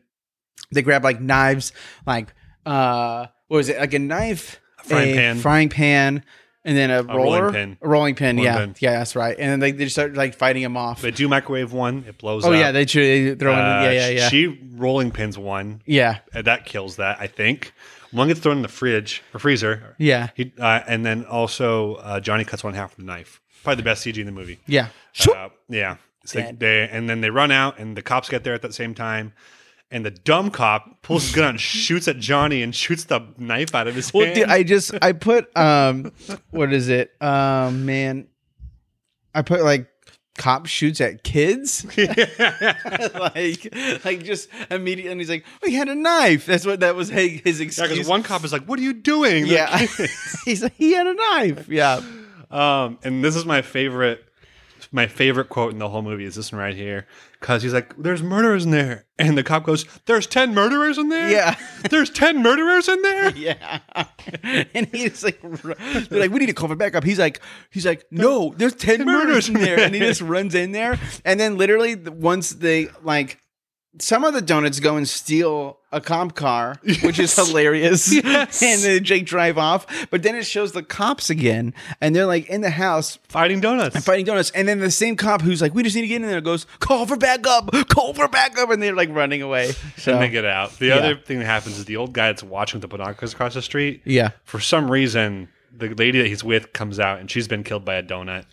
they grab like knives, like uh, what was it, like a knife,
frying
a
pan.
frying pan, and then a, roller,
rolling pin.
a rolling pin,
Rolling
yeah,
pin.
yeah, that's right. And then like, they just start like fighting him off.
they do microwave one, it blows
oh
up.
yeah, they, tr- they throw in,
Uh,
yeah, yeah, yeah,
She rolling pins one.
yeah,
and that kills that, I think. One gets thrown in the fridge or freezer.
yeah,
He, uh, and then also uh, Johnny cuts one half with a knife. Probably the best CG in the movie.
yeah.
Uh, yeah. It's like
Dead.
they and then they run out and the cops get there at that same time. And the dumb cop pulls his gun out and shoots at Johnny and shoots the knife out of his
Well,
hand.
dude, I just I put um, what is it? Um, man, I put like cop shoots at kids, like like just immediately. And he's like, we had a knife. That's what that was his, his
yeah, because
excuse.
one cop is like, "What are you doing?" The
Yeah.
kid-
he's like, he had a knife. Yeah,
Um, and this is my favorite, my favorite quote in the whole movie is this one right here, because he's like, "There's murderers in there," and the cop goes, "There's ten murderers in there."
Yeah.
There's ten murderers in there.
yeah. and he's like, r- they're like, we need to cover back up. He's like, he's like, no, there's ten murders in there, and he just runs in there. And then literally th- once they like. Some of the donuts go and steal a comp car, which is hilarious.
Yes.
And then Jake drive off. But then it shows the cops again, and they're like in the house
Fighting donuts.
fighting donuts. And then the same cop who's like, "We just need to get in there," goes, "Call for backup! Call for backup!" And they're like running away. So
and they get out. The other thing that happens is the old guy that's watching with the binoculars across the street.
yeah,
For some reason, the lady that he's with comes out and she's been killed by a donut.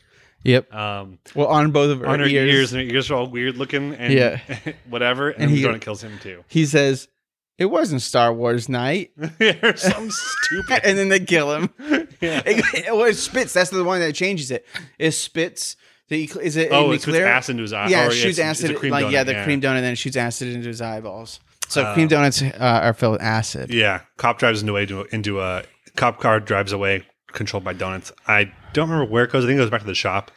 yep.
Um,
well, on both of
on her
ears.
ears. and her ears are all weird looking and
Yeah.
whatever. And,
And
the
he-
donut kills him too.
he says, "It wasn't Star Wars night,"
or something stupid.
and then they kill him.
Yeah.
It, it, well, it spits. That's the one that changes it. It spits. The, is it
Oh,
in
it shoots
clear-
acid into his eye-
Yeah,
or
it
it's-
shoots
it's a
acid.
cream
like yeah,
donut,
the
yeah. Oh.
cream donut, and then it shoots acid into his eyeballs. So cream donuts uh, are filled with acid.
Yeah, cop drives into into into a cop car drives away controlled by donuts. I don't remember where it goes. I think it goes back to the shop.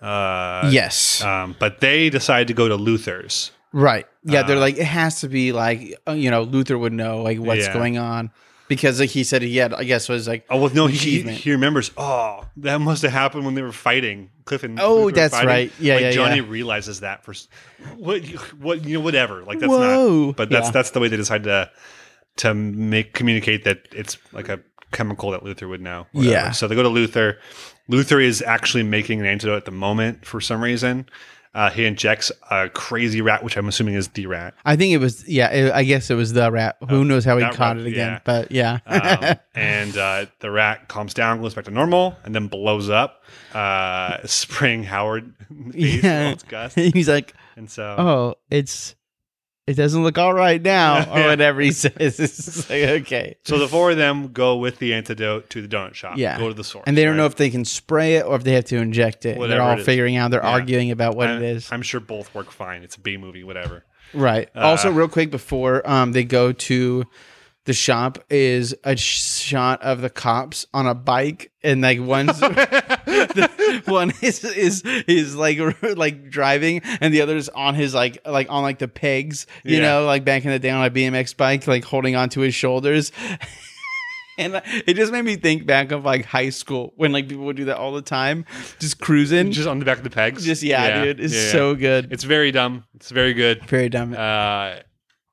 Uh,
yes,
Um, but they decide to go to Luther's.
right. Yeah,
uh,
they're like it has to be like uh, you know Luther would know like what's
Yeah.
going on because like, he said he had I guess was like
Oh well, no, he,
Achievement.
he remembers. Oh, that must have happened when they were fighting. Cliff and
Oh,
Luther were
that's
fighting.
right. Yeah,
like,
yeah,
Johnny
yeah.
realizes that for s- what what you know whatever. Like that's
Whoa.
not. But that's
Yeah.
that's the way they decide to to make communicate that it's like a chemical that Luther would know.
Yeah.
So they go to Luther. Luther is actually making an antidote at the moment for some reason. Uh, he injects a crazy rat, which I'm assuming is the rat.
I think it was yeah. It, I guess it was the rat. Who knows how he
Oh, that
caught
rat,
it again?
yeah.
But yeah,
um, and uh, the rat calms down, goes back to normal, and then blows up, uh, spraying Howard in the face
Yeah.
yeah. Gus.
he's like,
And so,
oh, it's it doesn't look all right now, or
Yeah.
whatever he says. It's just like okay,
so the four of them go with the antidote to the donut shop.
Yeah.
go to the source,
and they don't
right?
know if they can spray it or if they have to inject it.
Whatever
they're all
it is.
figuring out. They're
Yeah.
arguing about what
I'm,
it is.
I'm sure both work fine. It's a B movie, whatever.
Right.
Uh,
also, real quick before um, they go to the shop, is a sh- shot of the cops on a bike, and like one's the- one is is is like like driving, and the other's on his like like on like the pegs, you
Yeah.
know, like back in the day on a BMX bike, like holding onto his shoulders. And uh, it just made me think back of like high school when like people would do that all the time, just cruising, just,
Just on the back of the pegs.
yeah, dude, it's
yeah, yeah.
so good,
It's very dumb. It's very good.
very dumb.
Uh,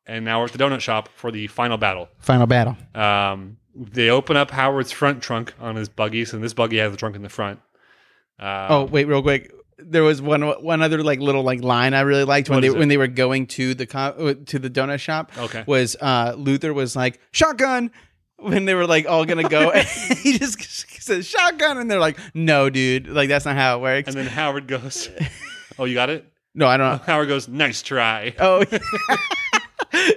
and now we're at the donut shop for the final battle.
Final battle,
Um, they open up Howard's front trunk on his buggy, so this buggy has the trunk in the front. Uh,
Oh wait, real quick. There was one one other like little like line I really liked when
What
they
is it?
when they were going to the co- uh, to the donut shop.
Okay.
was uh, Luther was like shotgun when they were like all gonna go. and he just says shotgun, and they're like, no, dude, like that's not how it works.
And then Howard goes, "Oh, you got it."
no, I don't.
Howard goes, "Nice try."
Oh,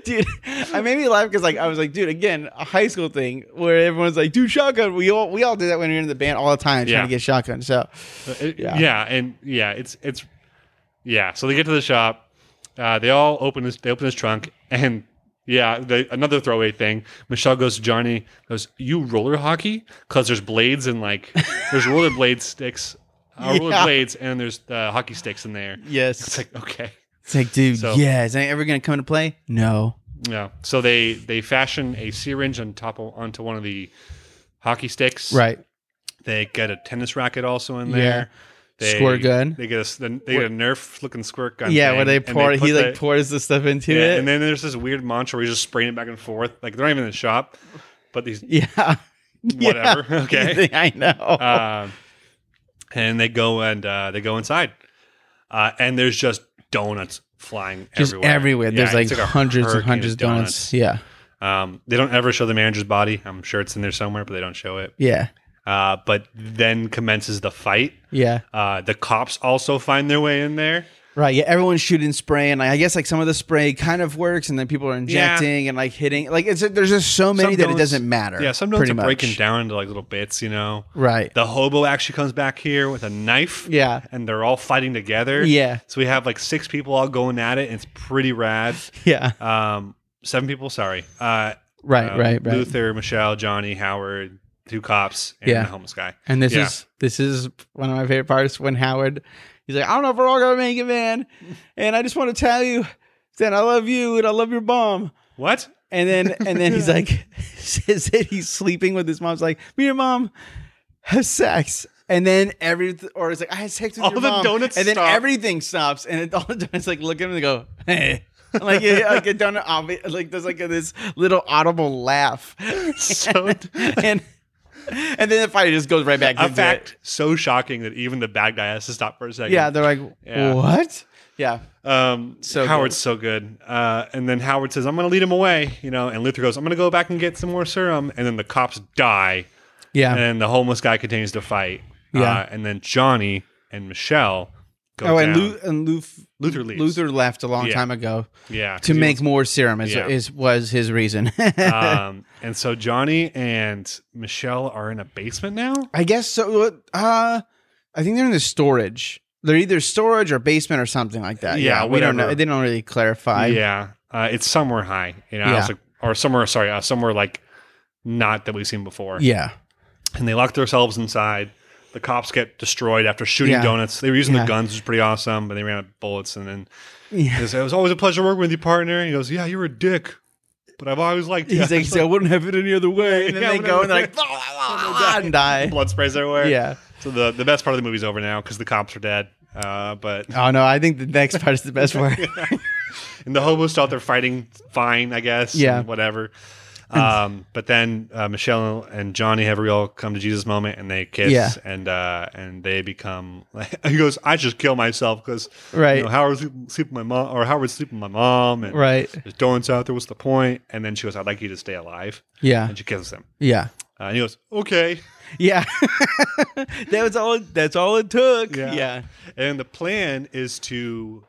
dude, I made me laugh because like I was like, dude, again, a high school thing where everyone's like, dude, shotgun. We all we all did that when we were in the band all the time trying
Yeah.
to get shotgun. So
yeah. and yeah, it's it's yeah. So they get to the shop. Uh, they all open this. They open his trunk, and yeah, the, another throwaway thing. Michelle goes to Johnny. Goes, you roller hockey? Because there's blades and like there's roller blade sticks, uh, roller
Yeah.
blades, and there's uh, hockey sticks in there.
yes,
It's like okay,
It's like, dude,
So-
yeah, is that ever gonna come into play? No.
yeah. So they they fashion a syringe on top of, onto one of the hockey sticks.
Right.
They get a tennis racket also in
Yeah.
there. They,
Squirt gun.
They get a they get a Nerf looking squirt gun.
yeah,
thing,
where they
and
pour,
put
he like
the-
pours the stuff into
yeah,
it.
And then there's this weird mantra where he's just spraying it back and forth. Like they're not even in the shop, but these
yeah.
whatever. Okay.
I know.
Um and they go and uh, they go inside, uh, and there's just donuts flying
Just
everywhere.
everywhere.
Yeah,
There's like
it's a
hundreds and
hurricane
hundreds
of
of donuts. Yeah.
Um, they don't ever show the manager's body. I'm sure it's in there somewhere, but they don't show it.
Yeah.
Uh, but then commences the fight.
Yeah.
Uh, the cops also find their way in there.
Right. Yeah. Everyone's shooting spray. And I guess like some of the spray kind of works and then people are injecting and like hitting. Like it's there's just so many that
donuts-
it doesn't matter.
Yeah, some donuts
pretty
are
much.
breaking down into like little bits, you know.
Right.
The hobo actually comes back here with a knife.
Yeah.
And they're all fighting together.
Yeah.
So we have like six people all going at it. And it's pretty rad.
yeah.
Um, seven people, sorry. Uh,
Right.
uh,
right. Right.
Luther, Michelle, Johnny, Howard, two cops, and
Yeah.
the homeless guy.
And this
Yeah.
is this is one of my favorite parts when Howard he's like, I don't know if we're all gonna make it, man. And I just want to tell you that I love you and I love your mom.
What?
And then and then he's like says that he's sleeping with his mom's like, Me and your mom have sex. And then every or it's like I had sex with
All
your
the
mom.
donuts
and then
stop.
everything stops and it, all the donuts like look at him and go, Hey. like yeah, like a donut obvi- like there's like this little audible laugh.
So
and and then the fight just goes right back
a
into it.
fact so shocking that even the bad guy has to stop for a second.
Yeah, they're like,
Yeah.
what? Yeah,
Um,
So
Howard's so good. Uh, and then Howard says, "I'm going to lead him away," you know. And Luther goes, "I'm going to go back and get some more serum." And then the cops die,
yeah.
and then the homeless guy continues to fight.
Yeah.
Uh, and then Johnny and Michelle go
oh, and
down.
Lu- and Luf-
Luther leaves.
Luther left a long
Yeah.
time ago
yeah,
to
'cause he
make more serum. Is,
Yeah.
is was his reason?
wants- um, and so Johnny and Michelle are in a basement now.
I guess so. Uh, I think they're in the storage. They're either storage or basement or something like that.
Yeah,
we don't know.
whatever.
They don't really clarify.
yeah, uh, it's somewhere high, you know, I was
Yeah.
like, or somewhere. Sorry, uh, somewhere like not that we've seen before.
yeah,
and they lock themselves inside. The cops get destroyed after shooting
Yeah.
donuts. They were using
Yeah.
the guns, which is pretty awesome, but they ran out of bullets. And then
yeah.
he goes, it was always a pleasure working with you, partner. And he goes, "Yeah, you were a dick, but I've always liked you."
He's like, so I wouldn't have it any other way. And then
Yeah,
they go and they're like,
whatever.
and die.
blood sprays everywhere.
Yeah.
So the the best part of the movie's over now because the cops are dead. Uh, but
Oh no, I think the next part is the best part.
and the hobos thought they're fighting fine, I guess.
Yeah.
and whatever. Um, but then uh, Michelle and Johnny have a real come to Jesus moment, and they kiss,
Yeah.
and uh, and they become. Like, he goes, "I just kill myself because
Right.
you know, Howard's sleeping with my mom, or Howard's sleeping with my mom, and
Right.
there's donuts out there. What's the point?" And then she goes, "I'd like you to stay alive,"
Yeah.
and she kills him.
Yeah.
Uh, and he goes, "Okay."
Yeah. that was all that's all it took.
Yeah.
Yeah.
And the plan is to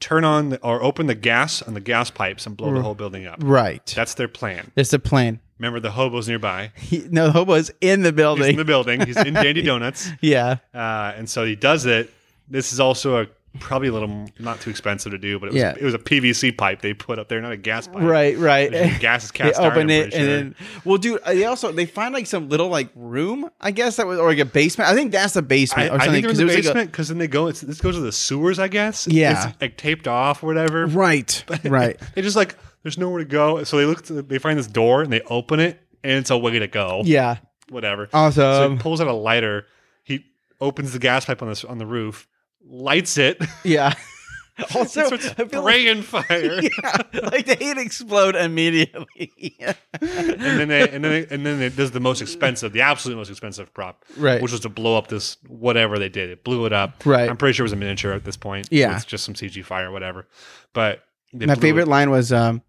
turn on the, or open the gas on the gas pipes and blow
Mm.
the whole building up.
Right.
That's their plan.
It's a plan.
Remember, the hobo's nearby.
He, no, the hobo's in the
He's
building.
in the building. He's in Dandy Donuts.
yeah.
Uh, and so he does it. This is also a probably a little not too expensive to do, but it was,
Yeah.
it was a PVC pipe they put up there, not a gas pipe.
Right, right.
Because gas is cast
they
iron,
open
I'm
it
pretty
and
sure.
then well dude uh, they also they find like some little like room i guess that was or like a basement i think that's the
I,
basement or
I
something
think they're in
'cause
the
it was, like, a-
basement because then they go. It's, this goes to the sewers, I guess.
Yeah.
it's like taped off or whatever.
right right
They just like there's nowhere to go, so they look. To, they find this door and they open it, and it's a way to go.
yeah Um,
whatever. so he
awesome
pulls out a lighter. He opens the gas pipe on this on the roof, lights it,
yeah
so
also
starts
I feel like,
spraying fire.
yeah, like they hit explode immediately
and then they, and then they, and then it does the most expensive, the absolute most expensive prop,
Right.
Which was to blow up this whatever they did. It blew it up,
Right.
I'm pretty sure it was a miniature at this point.
Yeah.
it's just some CG fire, whatever. But they
my
blew
favorite
It.
line was um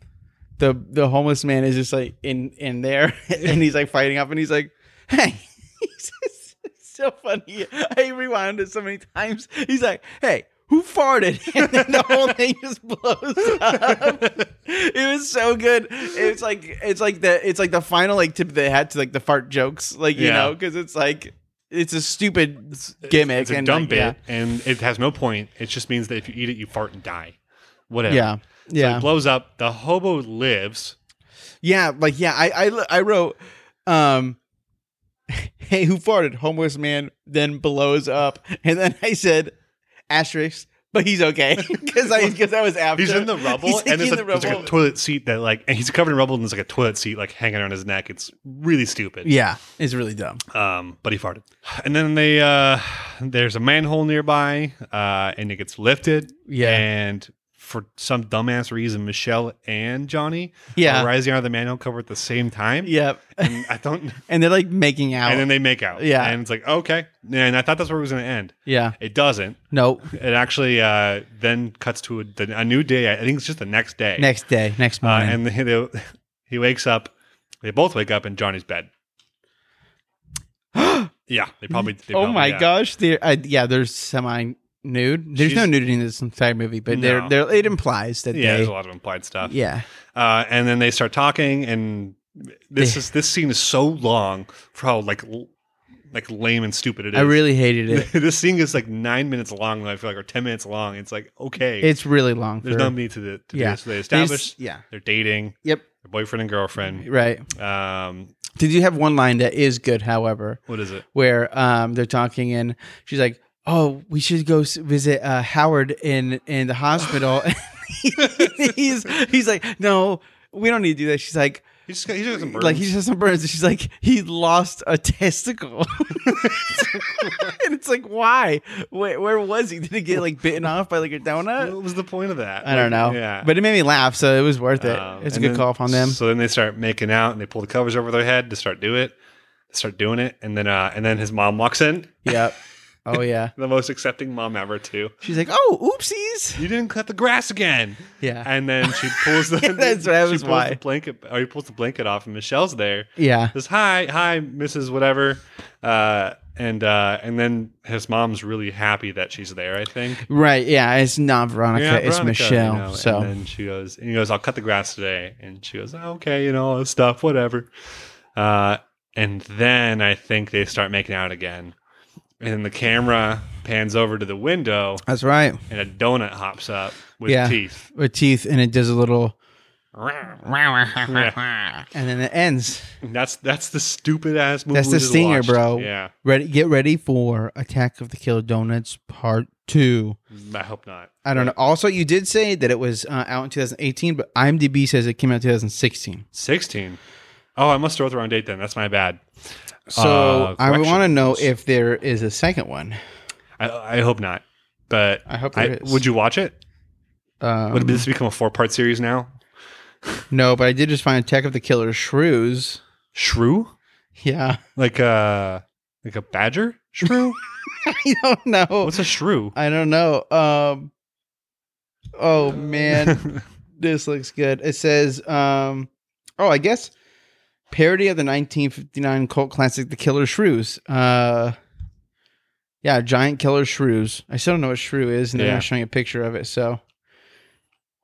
the the homeless man is just like in in there and he's like fighting up and he's like hey he's just- it's so funny i rewound it so many times he's like hey who farted and then the whole thing just blows up it was so good it's like it's like the it's like the final like tip of the hat to like the fart jokes like you
Yeah.
know because it's like it's a stupid gimmick
It's a
and
dumb
like,
bit, and it has no point. It just means that if you eat it, you fart and die. Whatever.
yeah yeah,
It blows up. The hobo lives.
Yeah, like yeah, I I, li- I wrote, um, hey, who farted? Homeless man then blows up, and then I said, asterisk, but he's okay because I because that was after
He's in the rubble,
He's
and
in
there's, like,
the
there's, like,
rubble.
a toilet seat that like, and he's covered in rubble, and there's like a toilet seat like hanging around his neck. It's really stupid.
yeah, it's really dumb.
Um, but he farted, and then they uh, there's a manhole nearby, uh, and it gets lifted.
Yeah.
and for some dumbass reason, Michelle and Johnny
Yeah.
are rising out of the manhole cover at the same time.
Yep,
and I don't.
and they're like making out.
And then they make out.
Yeah.
and it's like okay, and I thought that's where it was going to end.
yeah,
It doesn't.
no,
It actually uh, then cuts to a, a new day. I think it's just the next day.
next day, next
Uh,
morning.
and they, they, he wakes up. They both wake up in Johnny's bed. yeah, they probably. They
oh
probably-
my
yeah.
gosh, they're I, yeah, they're semi nude. There's no
She's-
nudity in this entire movie, but
No.
they're they're it implies that
Yeah,
they
there's a lot of implied stuff.
yeah
Uh, and then they start talking, and this
They-
is this scene is so long for how like l- like lame and stupid it is.
I really hated it.
this scene is like nine minutes long. I feel like or ten minutes long. It's like okay,
It's really long.
there's
for-
no need to, the, to
Yeah.
do this. So they
They
establish
just- yeah.
they're dating,
Yep.
their boyfriend and girlfriend.
Right.
Um,
Did you have one line that is good, however,
what is it?
where um they're talking and she's like, "Oh, we should go s- visit uh, Howard in in the hospital." he's he's like, "No, we don't need to do that." She's like,
He just got, he just got some
like
burns.
he just has some burns. She's like, he lost a testicle, and it's like, why? Where, where was he? Did he get like bitten off by like a donut?
what was the point of that?
I don't know.
Like, Yeah.
but it made me laugh, so it was worth it.
Um,
it's a
and
good
then-
call on them.
So then they start making out and they pull the covers over their head to start do it, start doing it, and then uh, and then his mom walks in,
yep. Oh yeah.
the most accepting mom ever too.
She's like, oh, oopsies.
You didn't cut the grass again,
Yeah.
and then she pulls the
That's right, that
she
was
pulls
why.
the blanket or he pulls the blanket off and Michelle's there.
Yeah.
Says hi, hi, Mrs. Whatever, uh, and uh, and then his mom's really happy that she's there. I think.
Right. Yeah. It's not Veronica. it's
Veronica,
Michelle.
you know,
so
and then she goes, and he goes, I'll cut the grass today. And she goes, "Oh, okay, you know, all this stuff, whatever. Uh, and then I think they start making out again. And then the camera pans over to the window,
that's right.
and a donut hops up with
Yeah.
teeth.
With teeth, and it does a little,
Yeah.
and then it ends.
And that's that's the stupid ass movie.
That's
we
the
just
stinger,
watched.
bro.
Yeah,
Ready? Get ready for Attack of the Killer Donuts Part Two.
I hope not.
I don't know. Also, you did say that it was uh, out in 2018, but IMDb says it came out in 2016.
Sixteen. Oh, I must throw the wrong date then. That's my bad.
So
Uh,
I want to know
corrections.
if there is a second one.
I, I hope not. But
I hope
I,
there is.
would you watch it?
Um,
Would this become a four part series now?
No, but I did just find Attack of the Killer Shrews.
Shrew?
Yeah,
Like uh like a badger? Shrew?
I don't know.
What's a shrew?
I don't know. Um, oh man, this looks good. It says, um, oh, I guess parody of the 1959 cult classic, The Killer Shrews. Uh, yeah, giant killer shrews. I still don't know what shrew is, and they're
Yeah.
not showing a picture of it. So,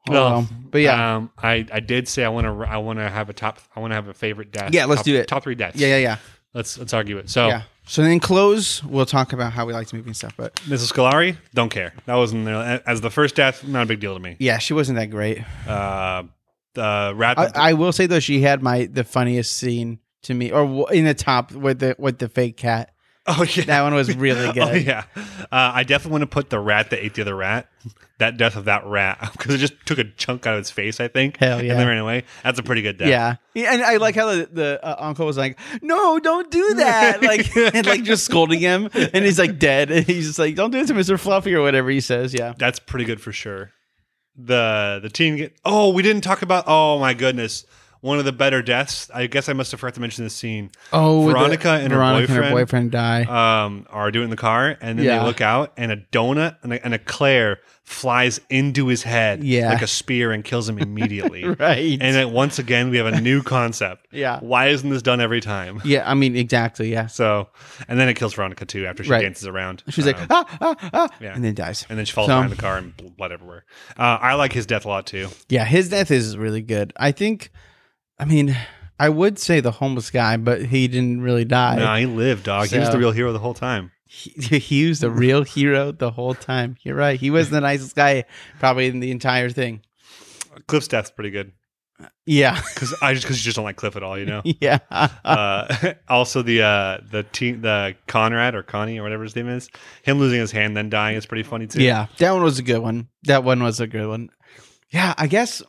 oh,
Well,
well. but yeah,
Um, I, I did say I want to I want to have a top I want to have a favorite death.
Yeah, let's
Top-
do it.
Top three deaths.
yeah, yeah, yeah,
Let's let's argue it. So
yeah. So then close, we'll talk about how we like the movie and stuff. But
Mrs. Scolari, don't care. That wasn't there as the first death. Not a big deal to me.
yeah, she wasn't that great.
Uh, the rat.
I, I will say though, she had my the funniest scene to me, or w- in the top with the with the fake cat.
oh yeah,
That one was really good.
Oh yeah, uh, I definitely want to put the rat that ate the other rat. That death of that rat because it just took a chunk out of its face. I think.
Hell
And
yeah.
then ran away. That's a pretty good death.
Yeah. Yeah, and I like how the, the uh, uncle was like, "No, don't do that!" Like, and like just scolding him, and he's like dead, and he's just like, "Don't do it to Mister Fluffy" or whatever he says. Yeah,
That's pretty good for sure. The the team get oh we didn't talk about oh my goodness one of the better deaths I guess I must have forgot to mention this scene
Oh, with the-
Veronica and her
Veronica and her boyfriend
boyfriend.
die.
um are doing the car and then
Yeah.
they look out and a donut and a, and a Claire flies into his head
Yeah.
like a spear and kills him immediately
right.
and then once again we have a new concept
Yeah.
why isn't this done every time
yeah, I mean, exactly. Yeah,
so and then it kills Veronica too after she
Right.
dances around
she's
Um,
like, ah, ah, ah,
Yeah.
and then dies.
and then she falls
So-
behind the car and bl- blood everywhere uh, I like his death a lot too
Yeah, his death is really good. I think, I mean, I would say the homeless guy, but he didn't really die.
No, he lived, dog. He was
So-
the real hero the whole time.
He, he was the real hero the whole time. You're right. He was the nicest guy probably in the entire thing.
Cliff's death's pretty good
Yeah.
because I just because you just don't like Cliff at all, you know.
Yeah.
uh, also, the uh, the teen, the Conrad or Connie or whatever his name is, him losing his hand then dying is pretty funny too.
yeah. That one was a good one. That one was a good one. Yeah, I guess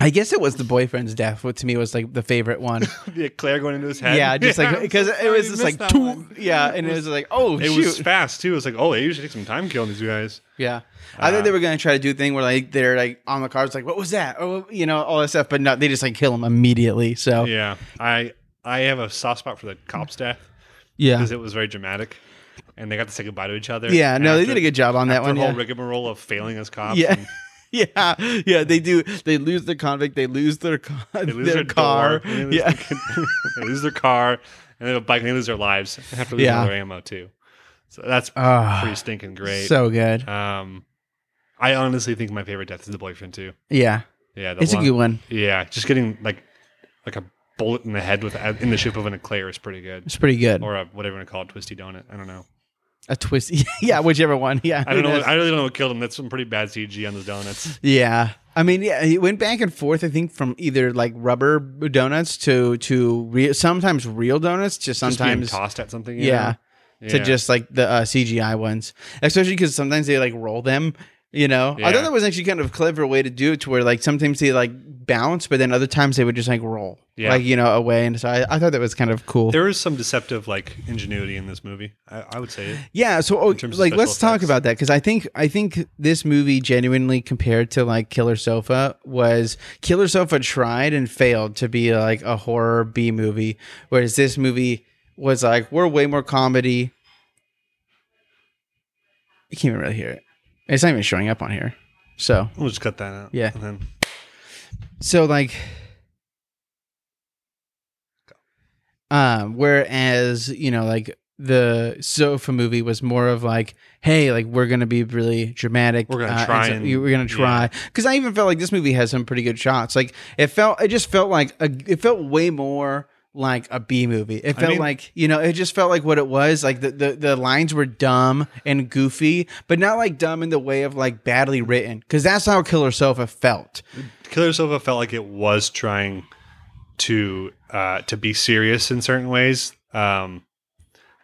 I guess it was the boyfriend's death what to me was like the favorite one.
yeah, Claire going into his head.
yeah, just like
I'm
because
so
it was
sorry
just like
Oh, you missed that
two-
one.
yeah, and it was like oh
It
shoot.
was fast too. It was like, oh, they usually take some time killing these guys.
Yeah, I
Uh,
think they were gonna try to do a thing where like they're like on the cards, like what was that? Oh, you know all that stuff, but no, they just like kill him immediately. So yeah,
Yeah, I I have a soft spot for the cop's death
yeah,
because it was very dramatic, and they got to say goodbye to each other.
no, they did a good job on that
That
one.
whole
yeah.
rigmarole of failing as cops.
Yeah.
and-
yeah, yeah, they do. They lose their convict. They lose their car.
They lose
their,
their,
car.
Door, they lose
yeah,
their- they lose their car, and they have a bike. And they lose their lives. They have to lose
Yeah.
all their ammo too. So that's
Ah,
pretty stinking great.
so good.
um, I honestly think my favorite death is the boyfriend too.
Yeah,
Yeah, the
it's
lung-
a good one.
Yeah, just getting like like a bullet in the head with in the shape of an eclair is pretty good,
It's pretty good.
or a, whatever you want to call it, twisty donut. I don't know.
a twist. yeah, whichever one. Yeah,
I don't
who
know.
knows?
I really don't know what killed him. That's some pretty bad CG on those donuts.
Yeah. I mean, yeah, it went back and forth. I think from either like rubber donuts to to re- sometimes real donuts to
Just being
sometimes
tossed at something. you
yeah,
know?
to
Yeah.
just like the uh, CGI ones, especially because sometimes they like roll them. You know, I
Yeah.
thought that was actually kind of a clever way to do it, to where like sometimes they like bounce, but then other times they would just like roll,
Yeah.
like you know, away. And so I, I thought that was kind of cool.
there is some deceptive like ingenuity in this movie. I, I would say it.
Yeah, so oh,
terms of
like let's
special
talk
effects.
about that because I think I think this movie genuinely compared to like Killer Sofa was Killer Sofa tried and failed to be like a horror B movie, whereas this movie was like we're way more comedy. You can't even really hear it. It's not even showing up on here. So
We'll just cut that out.
Yeah.
And then
so like um whereas you know like the sofa movie was more of like hey like we're gonna be really dramatic uh,
We're gonna try
so-
and-
we're gonna
yeah.
try because i even felt like this movie has some pretty good shots like it felt it just felt like a, it felt way more like a b movie it
I
felt
mean-
like you know it just felt like what it was like the, the the lines were dumb and goofy but not like dumb in the way of like badly written because that's how killer sofa felt
Killer Silva felt like it was trying to uh, to be serious in certain ways, um,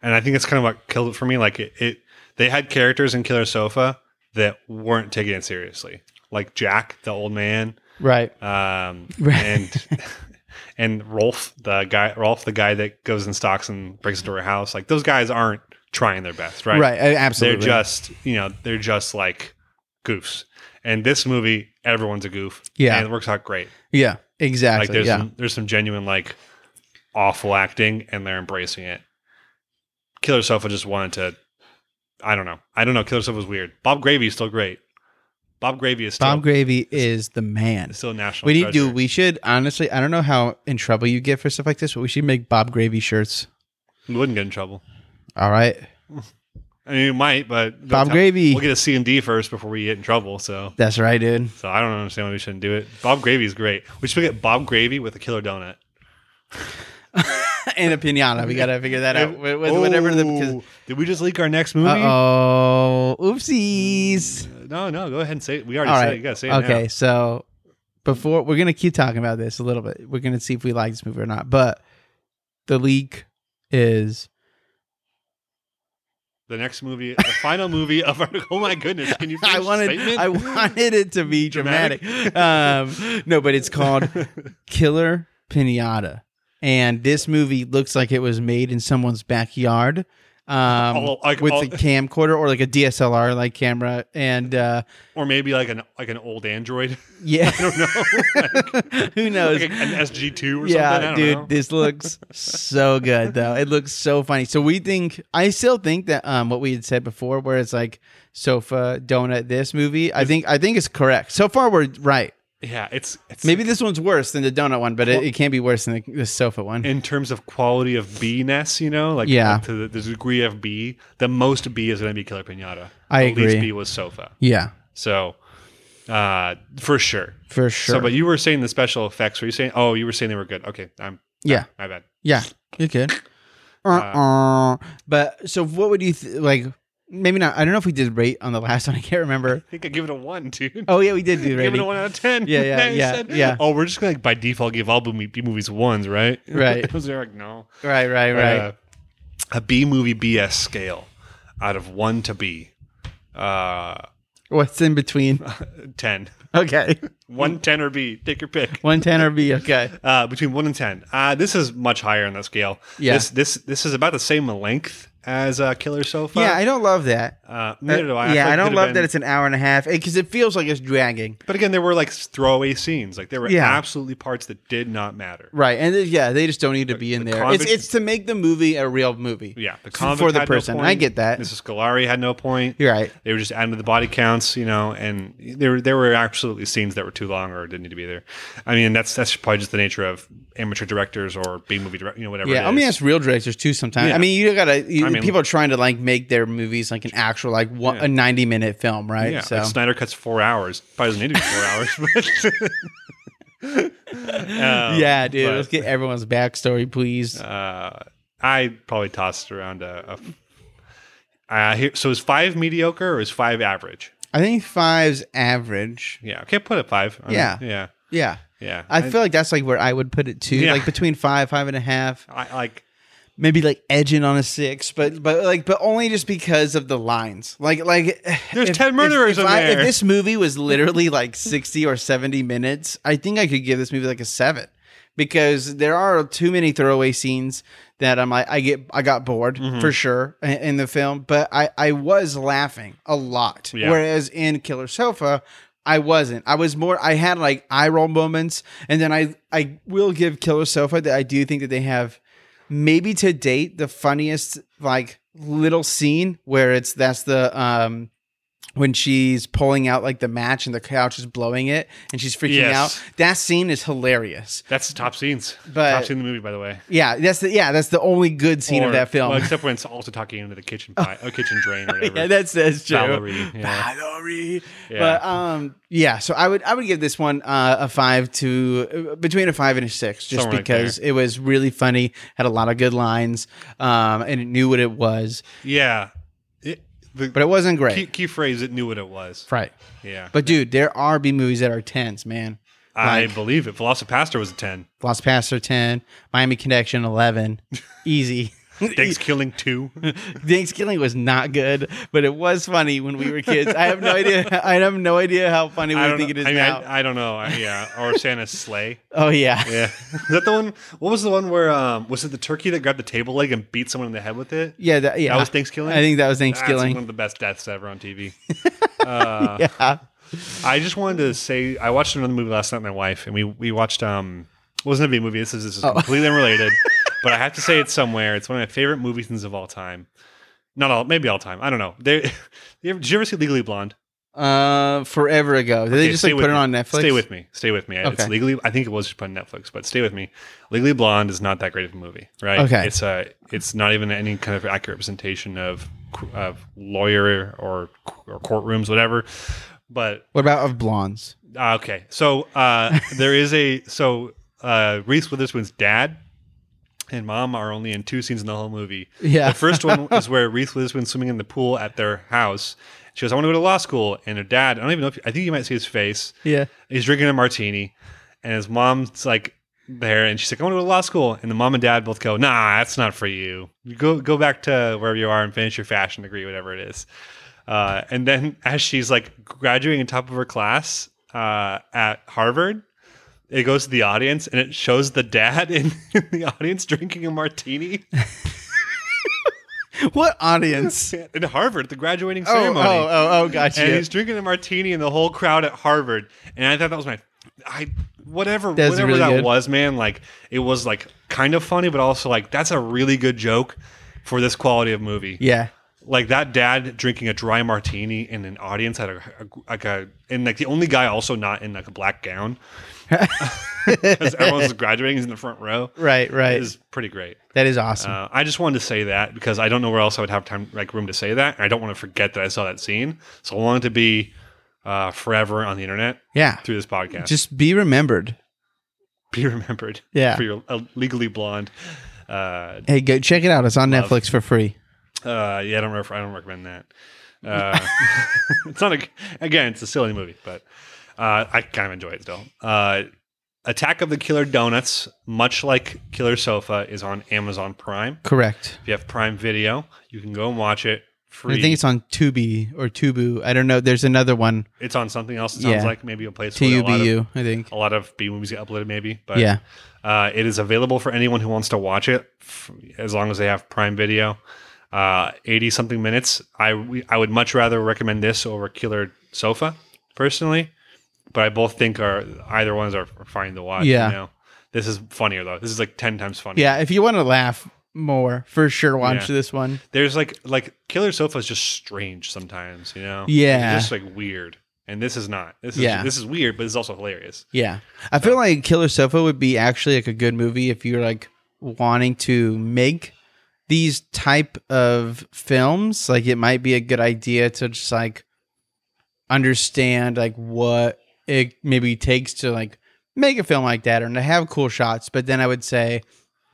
and I think that's kind of what killed it for me. Like it, it they had characters in Killer Sofa that weren't taking it seriously, like Jack, the old man,
right
um,
Right.
and and Rolf, the guy, Rolf, the guy that goes and stalks and breaks into her house. Like those guys aren't trying their best, right?
Right. uh, Absolutely.
They're just, you know, they're just like goofs. And this movie, everyone's a goof.
Yeah.
and it works out great.
Yeah, exactly.
like there's
yeah.
some, there's some genuine like awful acting, and they're embracing it. Killer Sofa just wanted to. I don't know. I don't know. Killer Sofa was weird. Bob Gravy is still great. Bob Gravy is still,
Bob Gravy is the man.
is still a national.
We need
treasure.
do. We should honestly. I don't know how in trouble you get for stuff like this, but we should make Bob Gravy shirts.
we wouldn't get in trouble.
All right,
I mean, we might, but
Bob Gravy.
We'll get a C and D first before we get in trouble. So,
That's right, dude.
so I don't understand why we shouldn't do it. Bob Gravy is great. We should get Bob Gravy with a killer donut.
and a pinata. We gotta figure that out. Wh- wh- Whatever the. because-
Oh, did we just leak our next movie?
Oh. Uh-oh. Oopsies.
No, no. Go ahead and say it. We
All
already said it. You
right.
gotta say it.
Okay, so before we're gonna keep talking about this a little bit. We're gonna see if we like this movie or not. But the leak is
Now. The next movie, the final movie of our. Oh my goodness! Can you? Finish
I wanted
The statement?
I wanted it to be dramatic. um, no, but it's called Killer Pinata, and this movie looks like it was made in someone's backyard. Um,
All- like
with
all-
a camcorder or like a DSLR like camera, and uh,
or maybe like an like an old Android.
yeah,
I don't know.
who knows?
like an SG two or something. I
yeah,
don't
dude,
know.
this looks so good though. It looks so funny. So we think I still think that um what we had said before, where it's like sofa donut. This movie, I think I think it's correct. So far, we're right.
yeah, it's it's
Maybe this one's worse than the donut one, but it, it can't be worse than the, the sofa one.
in terms of quality of B ness, you know, like
Yeah.
like to the, the degree of B, the most B is going to be Killer Pinata.
I
the Least
agree.
B was Sofa,
yeah,
so uh, for sure.
for sure.
So, but you were saying the special effects. Were you saying? Oh, you were saying they were good. Okay, I'm
yeah,
my bad.
yeah, you could.
Uh,
Uh-uh. But so, what would you th- like? Maybe not. I don't know if we did rate on the last one. I can't remember.
I think I give it a one, dude.
Oh yeah, we did do
give it a
rating.
one out of ten.
Yeah, yeah,
You
yeah, yeah.
Oh, we're just gonna like by default give all B B movies ones, right?
Right.
Because they're like no,
Right, right, right.
Uh, a B movie BS scale out of one to B, uh,
What's in between?
ten.
Okay.
One ten or B. Take your pick.
110 or B. Okay.
Uh, between one and ten. Uh, this is much higher on that scale.
Yeah.
This this this is about the same length as uh, Killer Sofa.
Yeah, I don't love that.
uh, neither do I. I.
yeah,
feel
I
like it
don't
could've
love
been-
that it's an hour and a half because it feels like it's dragging.
But again, there were like throwaway scenes. Like there were
Yeah.
absolutely parts that did not matter.
Right. And it- yeah, they just don't need to be in
the
there.
convict-
it's, it's to make the movie a real movie.
Yeah, the
F-
convict
for the
had no
person.
point.
I get that.
Mrs. Scolari had no point.
You're right.
They were just adding to the body counts, you know, and there there were absolutely scenes that were too long or didn't need to be there. I mean, that's that's probably just the nature of amateur directors or B movie director, you know, whatever.
Yeah,
it
I mean
is.
that's real directors too. Sometimes
Yeah.
I mean you gotta. You,
I mean-
people are trying to like make their movies like an actual like one,
Yeah.
a ninety minute film, right?
yeah,
so
like Snyder cuts four hours. Probably doesn't need to be four hours. But Um,
yeah, dude.
but,
let's get everyone's backstory, please.
uh, I probably tossed around a. a uh, here, so is five mediocre or is five average?
I think five's average.
Yeah, okay, put it five. I mean,
Yeah.
yeah,
Yeah,
yeah.
I feel like that's like where I would put it too.
Yeah.
Like between five, five and a half.
I like
maybe like edging on a six, but but like but only just because of the lines. Like like
There's 10 murderers
If,
in
I- if
there.
this movie was literally like sixty or seventy minutes, I think I could give this movie like a seven because there are too many throwaway scenes that I'm like I get I got bored
Mm-hmm.
for sure in, in the film, but I I was laughing a lot.
Yeah.
Whereas in Killer Sofa. I wasn't. I was more. I had like eye roll moments, and then I I will give Killer Sofa that I do think that they have maybe to date the funniest like little scene where it's that's the um when she's pulling out like the match and the couch is blowing it and she's freaking
Yes.
out that scene is hilarious
that's the top scenes.
But-
top scene in the movie, by the way.
yeah that's the yeah that's the only good scene
Or-
of that film
well, except when it's also talking into the kitchen pie, or kitchen drain, or whatever.
yeah that's that's true
Valerie, yeah.
Valerie.
Yeah.
but um yeah so i would i would give this one uh, a five to uh, between a five and a six just
Somewhere right
because it was really funny had a lot of good lines um and it knew what it was
yeah. It, the
but it wasn't great
key, key phrase, it knew what it was.
Right.
Yeah,
But dude, there are B movies that are tens, man.
I
like-
believe it. Velocipaster was a ten.
Lost Pastor ten, Miami Connection eleven, easy.
Thanks, killing two.
Thanksgiving was not good, but it was funny when we were kids. I have no idea. I have no idea how funny we
I don't.
think it
know.
is
I mean,
now.
I, I don't know. I- yeah, or Santa's sleigh.
oh yeah. yeah,
Yeah, is that the one? What was the one where? Um, was it the turkey that grabbed the table leg and beat someone in the head with it?
that, yeah.
That was Thanksgiving?
I think that was
That's
Thanksgiving.
one of the best deaths ever on TV.
yeah,
I just wanted to say I watched another movie last night with my wife, and we we watched um it wasn't a big movie. This is this is
Oh.
completely unrelated, but I have to say it's somewhere. It's one of my favorite movie scenes of all time. Not all, maybe all time. I don't know. They, you ever- did you ever see Legally Blonde?
Uh, forever ago. Did they
Okay,
just
stay
like
with
put it
me.
on Netflix?
Stay with me. Stay with me. It's
Okay.
legally. I think it was just put on Netflix, but stay with me. Legally Blonde is not that great of a movie, right?
Okay.
It's a. It's not even any kind of accurate representation of of lawyer or or courtrooms, whatever. But
What about of blondes?
uh, okay, so uh, there is a so uh, Reese Witherspoon's dad and mom are only in two scenes in the whole movie.
Yeah.
The first one is where Reese Witherspoon's swimming in the pool at their house. She goes, "I want to go to law school," and her dad. I don't even know. if I think you might see his face.
Yeah.
He's drinking a martini, and his mom's like there, and she's like, "I want to go to law school." And the mom and dad both go, "Nah, that's not for you. You go go back to wherever you are and finish your fashion degree, whatever it is." Uh, and then as she's like graduating top of her class uh, at Harvard, it goes to the audience and it shows the dad in, in the audience drinking a martini
What audience?
in Harvard at the graduating
oh, oh,
ceremony.
oh, oh, gotcha.
And he's drinking a martini in the whole crowd at Harvard. And I thought that was my, I whatever
That's
whatever
really
that
good.
was, man. Like it was like kind of funny, but also like that's a really good joke for this quality of movie.
yeah.
Like that dad drinking a dry martini in an audience at a, a- like a and like the only guy also not in like a black gown because everyone's graduating. He's in the front row.
Right, right.
Is pretty great.
that is awesome.
Uh, I just wanted to say that because I don't know where else I would have time, like room to say that. And I don't want to forget that I saw that scene. So I want it to be uh, forever on the internet
yeah.
through this podcast. Just
Just be remembered.
be remembered
Yeah.
for your uh, legally blonde. Uh,
Hey, go check it out. It's on Netflix for free.
uh, yeah, I don't. Ref- I don't recommend that. Uh, it's not a. Again, it's a silly movie, but uh, I kind of enjoy it still. Uh, Attack of the Killer Donuts, much like Killer Sofa, is on Amazon Prime.
Correct.
If you have Prime Video, you can go and watch it free.
I think it's on Tubi or Tubu. I don't know. There's another one.
it's on something else. It sounds
Yeah.
like maybe a place where a lot, of,
TUBU, I think.
a lot of B movies get uploaded, maybe. But
Yeah.
uh, it is available for anyone who wants to watch it, f- as long as they have Prime Video. Uh, Eighty something minutes. I we, I would much rather recommend this over Killer Sofa, personally. But I both think are either ones are fine to watch.
Yeah.
You know? This is funnier though. This is like ten times funnier.
Yeah. If you want to laugh more, for sure watch
Yeah.
this one.
There's like like Killer Sofa is just strange sometimes. You know.
Yeah.
It's just like weird. And this is not. This is
Yeah.
this is weird, but it's also hilarious.
Yeah. I feel like Killer Sofa would be actually like a good movie if you're like wanting to make these type of films. Like it might be a good idea to just like understand like what it maybe takes to like make a film like that or to have cool shots. But then I would say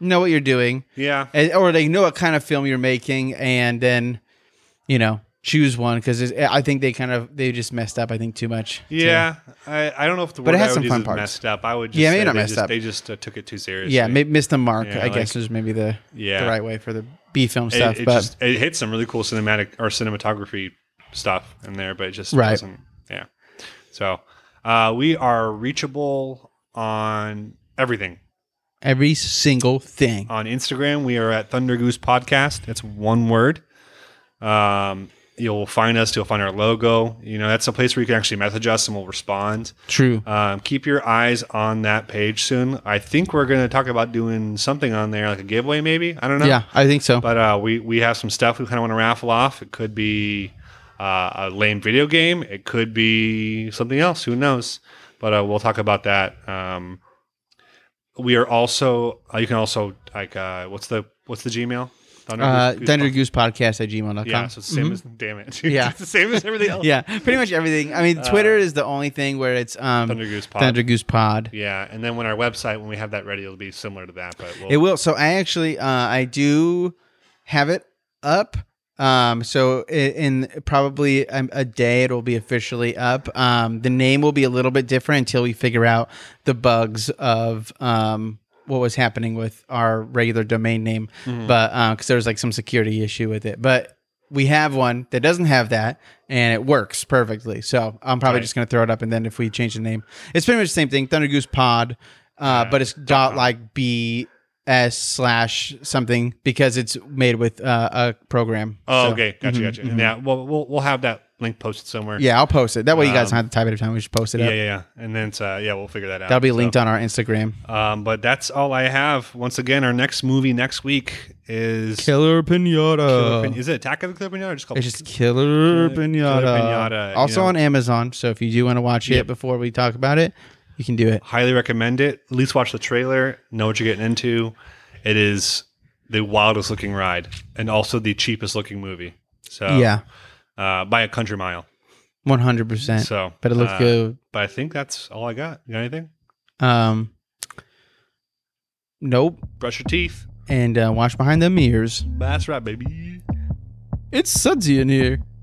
know what you're doing
Yeah.
and- or they know what kind of film you're making and then you know choose one because i think they kind of they just messed up i think too much
Yeah, I, I don't know if the word
But it has
I would
some
use
fun
is
parts.
messed up. I would just
Yeah,
say
maybe not
they
messed
just,
up.
They just uh, took it too seriously.
yeah may, missed the mark
Yeah,
i
like-
guess is maybe the
yeah.
the right way for the b film
It,
stuff
it
but
just it hit some really cool cinematic or cinematography stuff in there, but it just
Right.
doesn't. Yeah. So uh, we are reachable on everything.
every single thing
On Instagram, we are at Thunder Goose Podcast. It's one word. Um, you'll find us. You'll find our logo. You know that's a place where you can actually message us, and we'll respond.
true
Um, keep your eyes on that page soon. I think we're going to talk about doing something on there, like a giveaway, maybe. I don't know.
yeah i think so
But uh, we we have some stuff we kind of want to raffle off. It could be uh, a lame video game. It could be something else. Who knows? But uh, we'll talk about that. Um, we are also. Uh, you can also like uh, what's the what's the Gmail? Thunder.
uh
Goose-
thunder goose podcast at gmail.com
Yeah. So it's the same as damn it.
Yeah.
it's the same as everything else.
yeah pretty much everything i mean twitter is the only thing where it's um
Uh, Thunder Goose Pod.
thunder goose pod
Yeah, and then when our website, when we have that ready, it'll be similar to that. But we'll,
It will. So I actually, uh, I do have it up. Um, so i- in probably um, a day, it'll be officially up. Um, the name will be a little bit different until we figure out the bugs of um what was happening with our regular domain name, but because there was like some security issue with it, but. We have one that doesn't have that, and it works perfectly. So I'm probably
Right.
just going to throw it up, and then if we change the name, it's pretty much the same thing. Thunder Goose Pod, uh, but it's dot like B S slash something because it's made with uh, a program.
Oh,
So- mm-hmm,
okay, gotcha, gotcha. Yeah, well, we'll we'll have that link posted somewhere.
Yeah, I'll post it. That way you guys
Um,
don't have to type it every time. We should post it
Yeah,
up.
yeah, yeah. And then uh, yeah, we'll figure that out.
That'll be
So,
linked on our Instagram.
Um, but that's all I have. Once again, our next movie next week is
Killer
Killer Pin-
Pinata.
Is it Attack of the Killer Pinata? Or just called
It's just Killer
Killer
Pinata.
Pinata, you
also
know.
on Amazon. So if you do want to watch
Yep.
it before we talk about it, you can do it.
highly recommend it. At least watch the trailer. Know what you're getting into. It is the wildest looking ride and also the cheapest looking movie. So
yeah,
uh, by a country mile.
100%.
So,
but it looked
uh,
good.
But I think that's all I got. You got anything?
Um, nope.
Brush your teeth.
And uh, watch behind the mirrors.
That's right, baby.
It's sudsy in here.